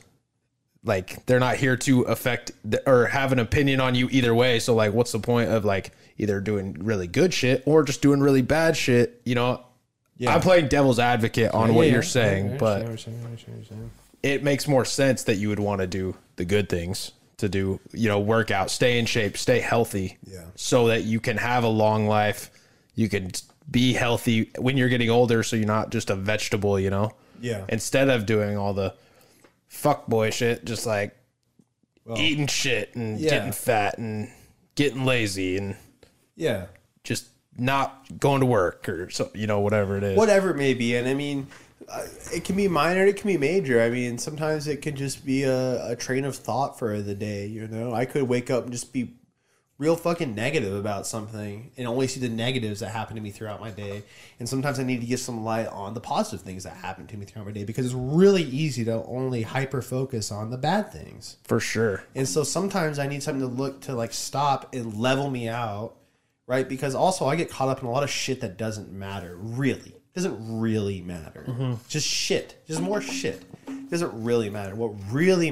S4: like they're not here to affect th- or have an opinion on you either way. So like what's the point of like either doing really good shit or just doing really bad shit, you know? I'm playing devil's advocate on what you're saying, but it makes more sense that you would want to do the good things to do you know work out stay in shape stay healthy
S2: Yeah.
S4: so that you can have a long life you can be healthy when you're getting older so you're not just a vegetable you know
S2: Yeah.
S4: instead of doing all the fuck boy shit just like eating shit and
S2: yeah.
S4: getting fat and getting lazy and
S2: yeah.
S4: just not going to work or so you know whatever it is
S2: Whatever it may be. And I mean, uh, it can be minor, it can be major. I mean, sometimes it can just be a, a train of thought for the day, you know? I could wake up and just be real fucking negative about something and only see the negatives that happen to me throughout my day. And sometimes I need to get some light on the positive things that happen to me throughout my day because it's really easy to only hyper focus on the bad things.
S4: for sure
S2: And so sometimes I need something to look to like stop and level me out, right? Because also I get caught up in a lot of shit that doesn't matter, really. Doesn't really matter.
S4: Mm-hmm.
S2: Just shit. Just more shit. Doesn't really matter. What really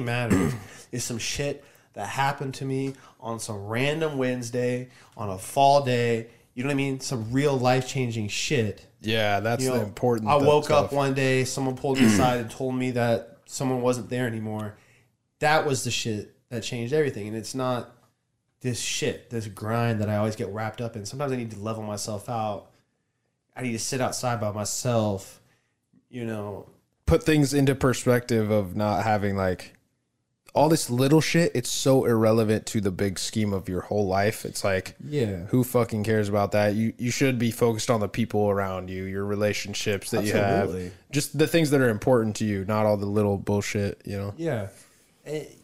S2: matters is some shit that happened to me on some random Wednesday, on a fall day. You know what I mean? Some real life changing shit
S4: yeah that's
S2: you
S4: the
S2: know,
S4: important
S2: I
S4: th-
S2: woke
S4: stuff.
S2: up one day, someone pulled me aside and told me that someone wasn't there anymore. That was the shit that changed everything. And it's not this shit, this grind that I always get wrapped up in. Sometimes I need to level myself out. I need to sit outside by myself, you know.
S4: put things into perspective of not having like all this little shit, it's so irrelevant to the big scheme of your whole life. It's like,
S3: Yeah.
S4: who fucking cares about that? You you should be focused on the people around you, your relationships that you
S3: Absolutely.
S4: have, just the things that are important to you, not all the little bullshit. You know,
S3: Yeah. It,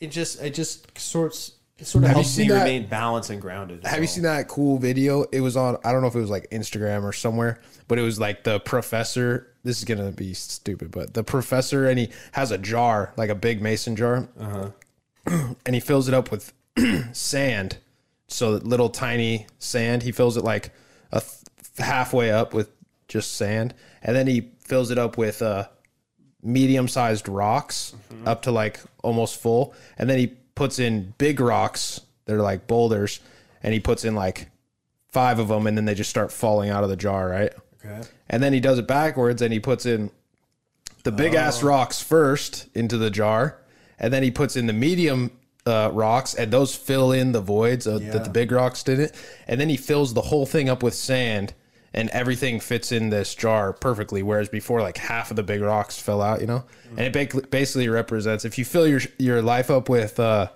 S3: it just it just sorts it sort of
S4: Have you
S3: helps
S4: seen
S3: me
S4: that-
S2: remain balanced and grounded.
S4: Have you seen that cool video? It was on I don't know if it was like Instagram or somewhere, but it was like the professor. This is gonna be stupid, but the professor and he has a jar, like a big mason jar, and he fills it up with sand. So that little tiny sand, he fills it like a th- halfway up with just sand, and then he fills it up with uh, medium sized rocks up to like almost full. And then he puts in big rocks. They're like boulders. And he puts in like five of them and then they just start falling out of the jar, right?
S2: Okay.
S4: And then he does it backwards and he puts in the big ass rocks first into the jar. And then he puts in the medium uh, rocks and those fill in the voids of, that the big rocks didn't. And then he fills the whole thing up with sand and everything fits in this jar perfectly. Whereas before, like half of the big rocks fell out, you know? And it ba- basically represents if you fill your, your life up with, uh,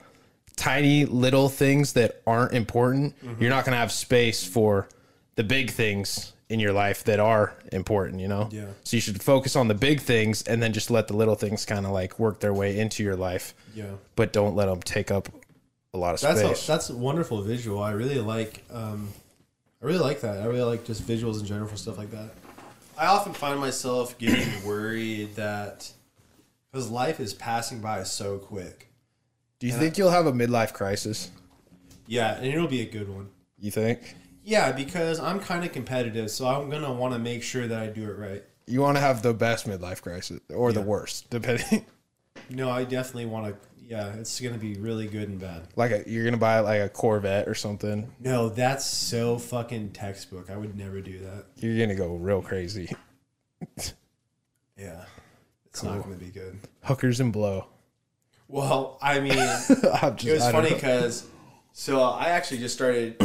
S4: tiny little things that aren't important,
S2: Mm-hmm.
S4: you're not going to have space for the big things in your life that are important, you know? Yeah. So you should focus on the big things and then just let the little things kind of like work their way into your life.
S2: Yeah.
S4: But don't let them take up a lot of
S2: That's
S4: space.
S2: a,
S4: that's,
S2: that's a wonderful visual. I really like. Um, I really like that. I really like just visuals in general for stuff like that. I often find myself getting worried that because life is passing by so quick.
S4: Do you think you'll have a midlife crisis?
S2: Yeah, and it'll be a good one.
S4: You think?
S2: Yeah, because I'm kind of competitive, so I'm gonna want to make sure that I do it right.
S4: You want to have the best midlife crisis or the worst, depending.
S2: No, I definitely want to. Yeah, it's gonna be really good and bad.
S4: like a, you're going to buy like a Corvette or something.
S2: No, that's so fucking textbook. I would never do that.
S4: You're going to go real crazy.
S2: Yeah, it's not gonna be good.
S4: Hookers and blow.
S2: Well, I mean.
S4: I'm just,
S2: It was
S4: I don't
S2: funny
S4: know.
S2: because so I actually just started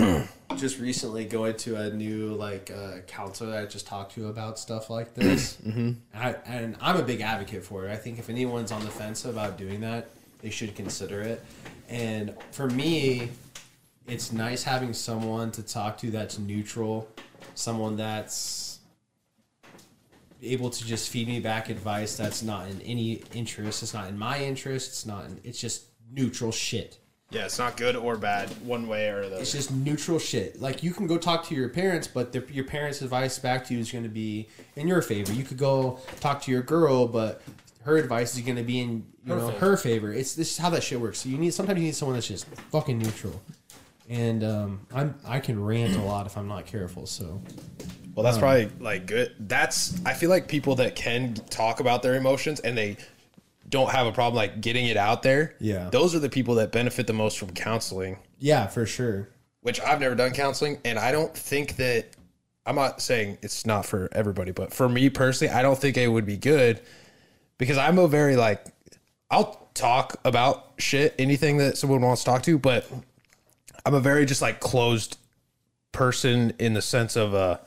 S2: just recently going to a new like uh, counselor that I just talked to about stuff like this, mm-hmm. I, and I'm a big advocate for it. I think if anyone's on the fence about doing that, they should consider it. And for me, it's nice having someone to talk to that's neutral, someone that's able to just feed me back advice that's not in any interest, it's not in my interest, it's not in, it's just neutral shit.
S4: Yeah, it's not good or bad, one way or the other.
S2: It's just neutral shit. Like you can go talk to your parents, but their, your parents' advice back to you is going to be in your favor. You could go talk to your girl, but her advice is going to be in you know her favor. It's this is how that shit works. So you need sometimes you need someone that's just fucking neutral. And um, I'm I can rant a lot if I'm not careful. So
S4: Well, that's probably like good. That's I feel like people that can talk about their emotions and they don't have a problem like getting it out there.
S2: Yeah.
S4: Those are the people that benefit the most from counseling,
S2: yeah, for sure.
S4: which I've never done counseling and I don't think that I'm not saying it's not for everybody, but for me personally, I don't think it would be good because I'm a very like I'll talk about shit, anything that someone wants to talk to, but I'm a very just like closed person in the sense of uh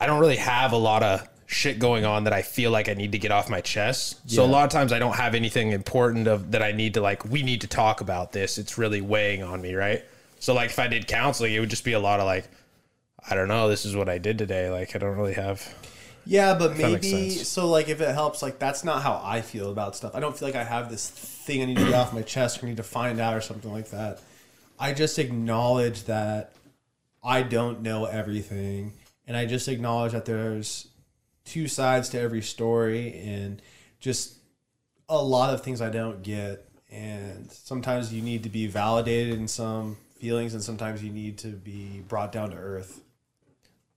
S4: I don't really have a lot of shit going on that I feel like I need to get off my chest. So a lot of times I don't have anything important of that I need to like we need to talk about this. It's really weighing on me, right? So like if I did counseling, it would just be a lot of like I don't know, this is what I did today. Like I don't really have
S2: Yeah, but
S4: that makes
S2: maybe
S4: sense.
S2: so. Like, if it helps, like that's not how I feel about stuff. I don't feel like I have this thing I need to get off my chest or need to find out or something like that. I just acknowledge that I don't know everything, and I just acknowledge that there's two sides to every story, and just a lot of things I don't get. And sometimes you need to be validated in some feelings, and sometimes you need to be brought down to earth.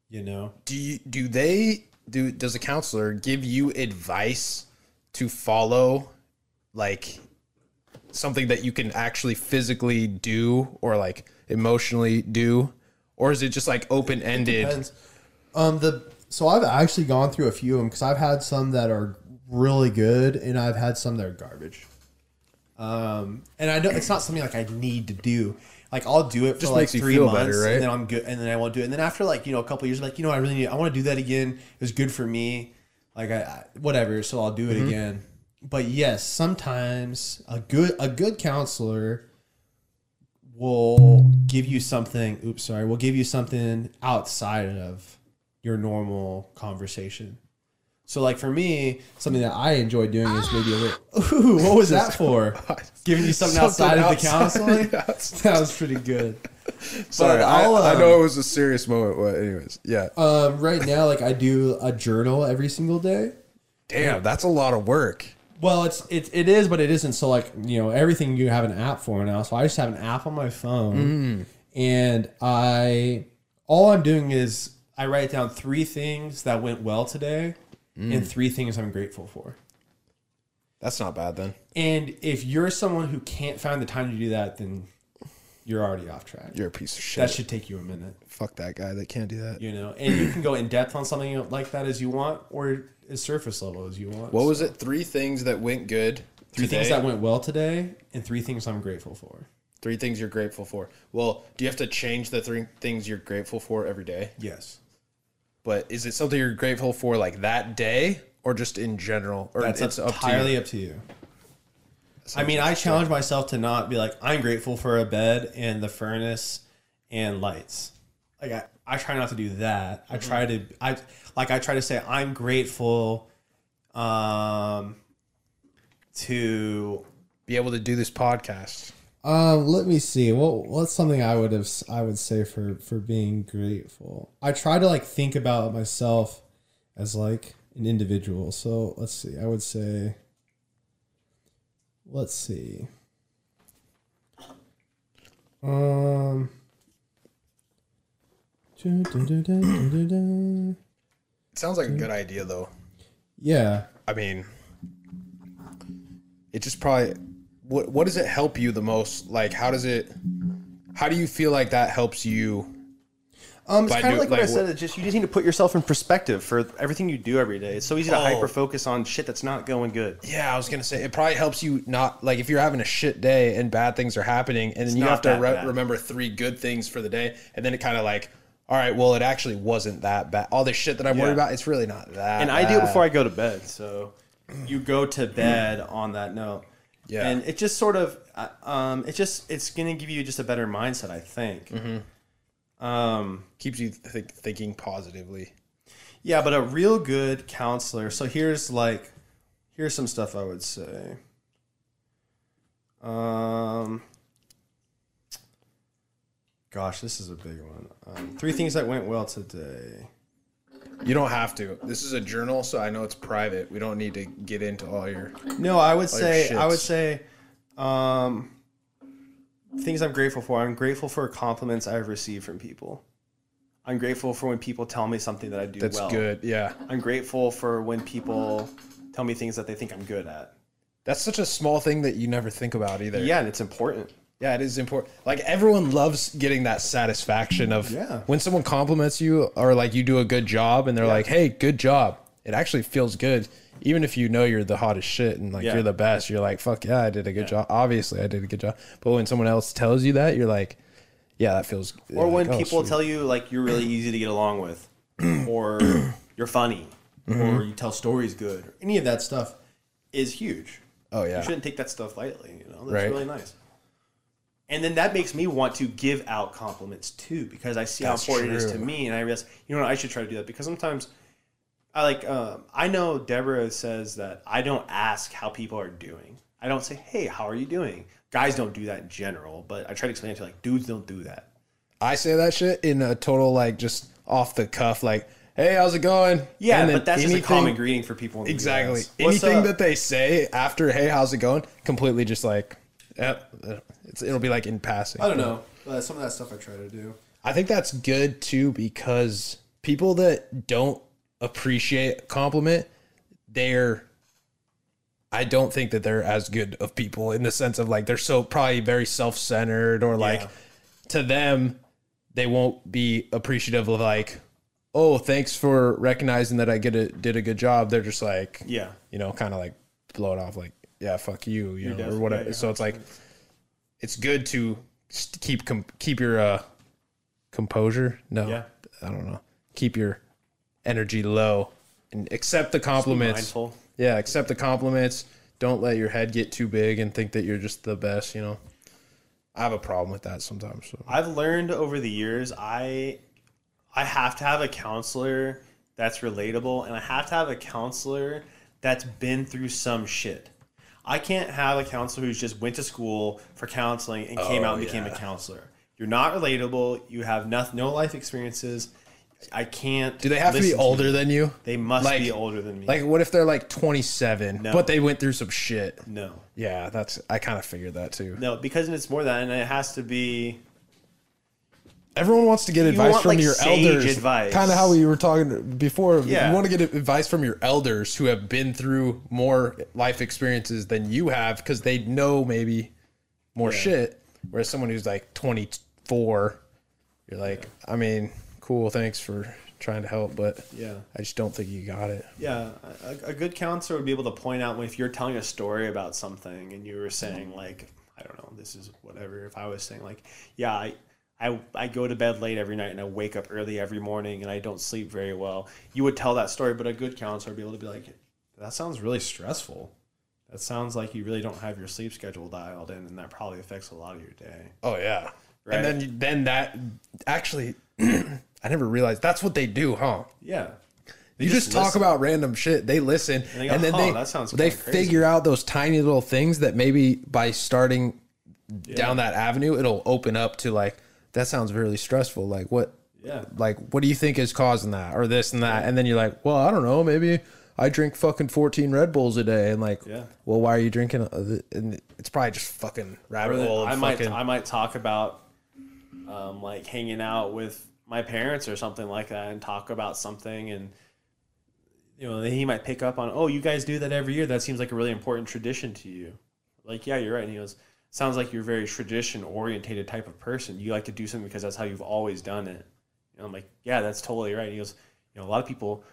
S2: You know.
S4: do you, do they do does a counselor give you advice to follow like something that you can actually physically do or like emotionally do or is it just like open ended
S2: Depends.
S3: Um, the so I've actually gone through a few of them because I've had some that are really good and I've had some that are garbage.
S2: Um, and I don't. It's not something like I need to do. Like I'll do it for
S4: Just
S2: like
S4: makes you
S2: three
S4: feel
S2: months,
S4: better, right?
S2: and then I'm good, and then I won't do it. And then after like you know a couple years, I'm like you know I
S4: Mm-hmm.
S2: really need. I want to do that again. It was good for me. Like I, I whatever. So I'll do it again.
S3: but yes, sometimes a good a good counselor will give you something. Oops, sorry. Will give you something outside of your normal conversation. So, like for me, something that I enjoy doing is maybe a little. Ooh, what was that for? Giving you something, outside,
S4: outside-
S3: of the counseling.
S4: outside.
S3: That was pretty good.
S4: Sorry,
S3: But
S4: I,
S3: I'll,
S4: I
S3: um,
S4: know it was a serious moment, but anyways, yeah.
S3: Um, right now, like I do a journal every single day.
S4: Damn, that's a lot of work.
S3: Well, it's it, it is, but it isn't. So like you know, everything you have an app for now. So I just have an app on my phone, and I all I'm doing is I write down three things that went well today, and three things I'm grateful for.
S4: That's not bad then.
S3: And if you're someone who can't find the time to do that, then you're already off track.
S4: You're a piece of shit.
S3: that should take you a minute,
S4: Fuck that guy that can't do that.
S3: you know. And you can go in depth on something like that as you want, or as surface level as you want.
S4: What was it? Three things that went good.
S3: three
S4: today?
S3: things that went well today, and three things I'm grateful for?
S4: Three things you're grateful for. Well, do you have to change the three things you're grateful for every day?
S3: Yes.
S4: But is it something you're grateful for like that day or just in general? Or
S3: That's
S4: it's up to
S3: entirely
S4: you?
S3: up to you. I mean, I challenge myself to not be like, I'm grateful for a bed and the furnace and lights. Like, I, I try not to do that.
S2: Mm-hmm.
S3: I try to, I like, I try to say, I'm grateful um, to.
S4: Be able to do this podcast.
S3: Um, let me see. What what's something I would have I would say for for being grateful? I try to like think about myself as like an individual. So let's see. I would say, let's see. Um.
S4: It sounds like a good idea though.
S3: Yeah.
S4: I mean, it just probably what what does it help you the most? Like, how does it? How do you feel like that helps you?
S2: Um, it's
S4: By
S2: kind of
S4: do-
S2: like, what I
S4: like
S2: said.
S4: what-
S2: It's just you just need to put yourself in perspective for everything you do every day. It's so easy to
S4: Oh.
S2: hyper focus on shit that's not going good.
S4: Yeah, I was gonna say it probably helps you not like if you're having a shit day and bad things are happening, and then you
S2: not
S4: have to
S2: that
S4: re-
S2: bad.
S4: remember three good things for the day, and then it kind of like, all right, well, it actually wasn't that bad. All this shit that I'm worried
S2: Yeah.
S4: about, it's really not that.
S2: And I do it
S4: bad.
S2: before I go to bed. So you go to bed on that note.
S4: Yeah.
S2: And it just sort of, uh, um, it just it's gonna give you just a better mindset, I think. Um,
S4: keeps you th- thinking positively.
S2: yeah, but a real good counselor. So here's like, here's some stuff I would say. Um, gosh, this is a big one. Um, three things that went well today.
S4: You don't have to. This is a journal, so I know it's private. We don't need to get into all your.
S2: No, I
S4: Oh,
S2: would say
S4: shits.
S2: I would say um, things I'm grateful for. I'm grateful for compliments I've received from people. I'm grateful for when people tell me something that I do
S4: That's
S2: well.
S4: good. Yeah.
S2: I'm grateful for when people tell me things that they think I'm good at.
S4: That's such a small thing that you never think about either.
S2: Yeah, and it's important.
S4: Yeah, it is important. Like everyone loves getting that satisfaction of
S2: Yeah.
S4: when someone compliments you or like you do a good job and they're like, "Hey, good job." It actually feels good even if you know you're the hottest shit and like
S2: Yeah.
S4: you're the best. You're like, "Fuck yeah, I did a good job." Obviously, I did a good job. But when someone else tells you that, you're like, "Yeah, that feels oh,
S2: Or when people tell you like you're really easy to get along with, or you're funny,
S4: Mm-hmm.
S2: or you tell stories good, or any of that stuff is huge.
S4: "Oh yeah."
S2: You shouldn't take that stuff lightly. You know, that's
S4: Right.
S2: really nice. And then that makes me want to give out compliments too, because I see
S4: That's
S2: how important it is
S4: true.
S2: to me, and I realize, you know, what, I should try to do that because sometimes, I like, um, I know Deborah says that I don't ask how people are doing. I don't say, "Hey, how are you doing?" Guys don't do that in general, but I try to explain it to like dudes don't do that.
S4: I say that shit in a total like just off the cuff like, "Hey, how's it going?"
S2: Yeah,
S4: And then
S2: but that's just a
S4: anything-
S2: common greeting for people. In the
S4: Exactly.
S2: US. What's
S4: Anything
S2: up?
S3: uh,
S4: that they say after "Hey, how's it going?" completely just like, yep, it's, it'll be like in passing.
S3: I don't know. Uh, some of that stuff I try to do.
S4: I think that's good too because people that don't appreciate compliment, they're I don't think that they're as good of people in the sense of like they're so probably very self-centered or like
S2: Yeah.
S4: to them they won't be appreciative of like oh thanks for recognizing that I get a, did a good job they're just like
S2: yeah,
S4: you know, kind of like blow it off, like, yeah, fuck you, you know, or
S2: definitely-
S4: whatever.
S2: yeah, you're
S4: so it's like, it's good to st- keep com- keep your uh, composure. No,
S2: Yeah.
S4: I don't know. Keep your energy low and accept the compliments.
S2: mindful.
S4: Yeah, accept the compliments. don't let your head get too big and think that you're just the best, you know. I have a problem with that sometimes. So.
S2: I've learned over the years I I have to have a counselor that's relatable and I have to have a counselor that's been through some shit. I can't have a counselor who's just went to school for counseling and came
S4: Oh,
S2: out and became a counselor. You're not relatable, you have no, no life experiences. I can't
S4: Do they have to be older than you?
S2: They must
S4: Like-
S2: be older than me.
S4: Like, what if they're like 27,
S2: No.
S4: but they went through some shit?
S2: no.
S4: Yeah, that's I kind of figured that too.
S2: No, because it's more than and it has to be
S4: Everyone wants to get advice
S2: want,
S4: from
S2: like,
S4: your
S2: sage
S4: elders.
S2: advice.
S4: Kind of how we were talking before.
S2: Yeah.
S4: You want to get advice from your elders who have been through more life experiences than you have because they know maybe more shit. Whereas someone who's like 24, you're like, I mean, cool, thanks for trying to help, but
S2: Yeah.
S4: I just don't think you got it.
S2: Yeah, a, a good counselor would be able to point out when if you're telling a story about something and you were saying like, I don't know, this is whatever. If I was saying like, yeah, I, I, I go to bed late every night and I wake up early every morning and I don't sleep very well, you would tell that story. But a good counselor would be able to be like, that sounds really stressful. That sounds like you really don't have your sleep schedule dialed in, and that probably affects a lot of your day.
S4: Oh yeah.
S2: Right.
S4: And then you- then that actually I never realized that's what they do, huh?
S2: Yeah,
S4: You just, talk
S2: listen.
S4: about random shit. They listen,
S2: they
S4: and,
S2: go,
S4: then
S2: "Huh,
S4: they
S2: that sounds
S4: they
S2: kinda crazy."
S4: figure out those tiny little things that maybe by starting down that avenue, it'll open up to like that sounds really stressful. Like what?
S2: Yeah.
S4: Like what do you think is causing that or this and that? And then you're like, well, I don't know. Maybe I drink fucking 14 Red Bulls a day, and like,
S2: Yeah.
S4: well, why are you drinking? uh, th- And it's probably just fucking rabbit
S2: Or that
S4: hole.
S2: I
S4: and
S2: might
S4: fucking-
S2: I might talk about um, like hanging out with my parents or something like that, and talk about something, and you know he might pick up on, oh, you guys do that every year. That seems like a really important tradition to you. Like, yeah, you're right. And he goes, sounds like you're a very tradition orientated type of person. You like to do something because that's how you've always done it. And I'm like, yeah, that's totally right. He goes, you know, a lot of people,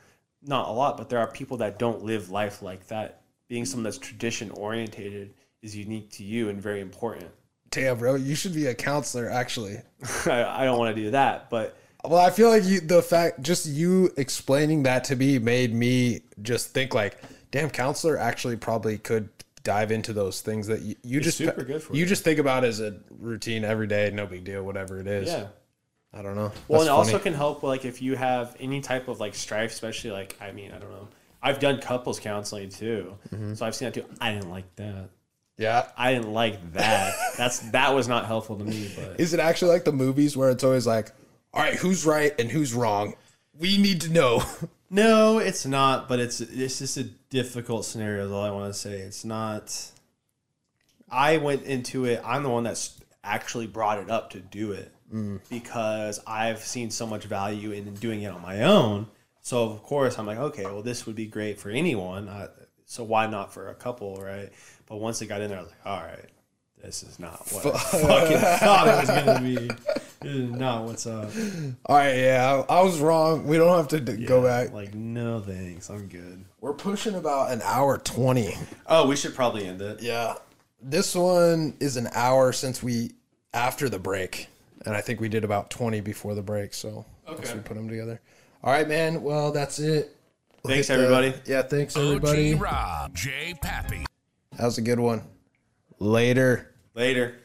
S2: not a lot, but there are people that don't live life like that. Being someone that's tradition orientated is unique to you and very important.
S4: Damn, bro, you should be a counselor. Actually,
S2: I, I don't want to do that, but
S4: Well, I feel like you the fact just you explaining that to me made me just think like, damn, counselor actually probably could dive into those things that you, you just
S2: super good for
S4: you
S2: you.
S4: just think about as a routine every day, no big deal, whatever it is.
S2: yeah.
S4: I don't know. That's
S2: Well, and it also
S4: funny.
S2: can help like if you have any type of like strife, especially like I mean, I don't know. I've done couples counseling too, so I've seen that too. I didn't like that.
S4: Mm-hmm. yeah.
S2: I didn't like that. That's that was not helpful to me. But
S4: Is it actually like the movies where it's always like, all right, who's right and who's wrong? We need to know.
S2: no, it's not. But it's it's just a difficult scenario. Is all I want to say. It's not. I went into it. I'm the one that's actually brought it up to do it because I've seen so much value in doing it on my own. So of course I'm like, okay, well this would be great for anyone. I, so why not for a couple, right? But once it got in there, I was like, all right, this is not what I fucking thought it was gonna be. This is not what's up.
S4: all right, yeah, I, I was wrong. We don't have to d- go back.
S2: Like no thanks, I'm good.
S4: We're pushing about an hour twenty.
S2: Oh, we should probably end it.
S4: Yeah. This one is an hour since we after the break. And I think we did about 20 before the break, so okay. we put them together. All right, man. Well, that's it.
S2: Thanks everybody.
S4: Yeah, thanks
S1: OG
S4: everybody.
S1: Rob, J Pappy.
S4: That was a good one. Later.
S2: Later.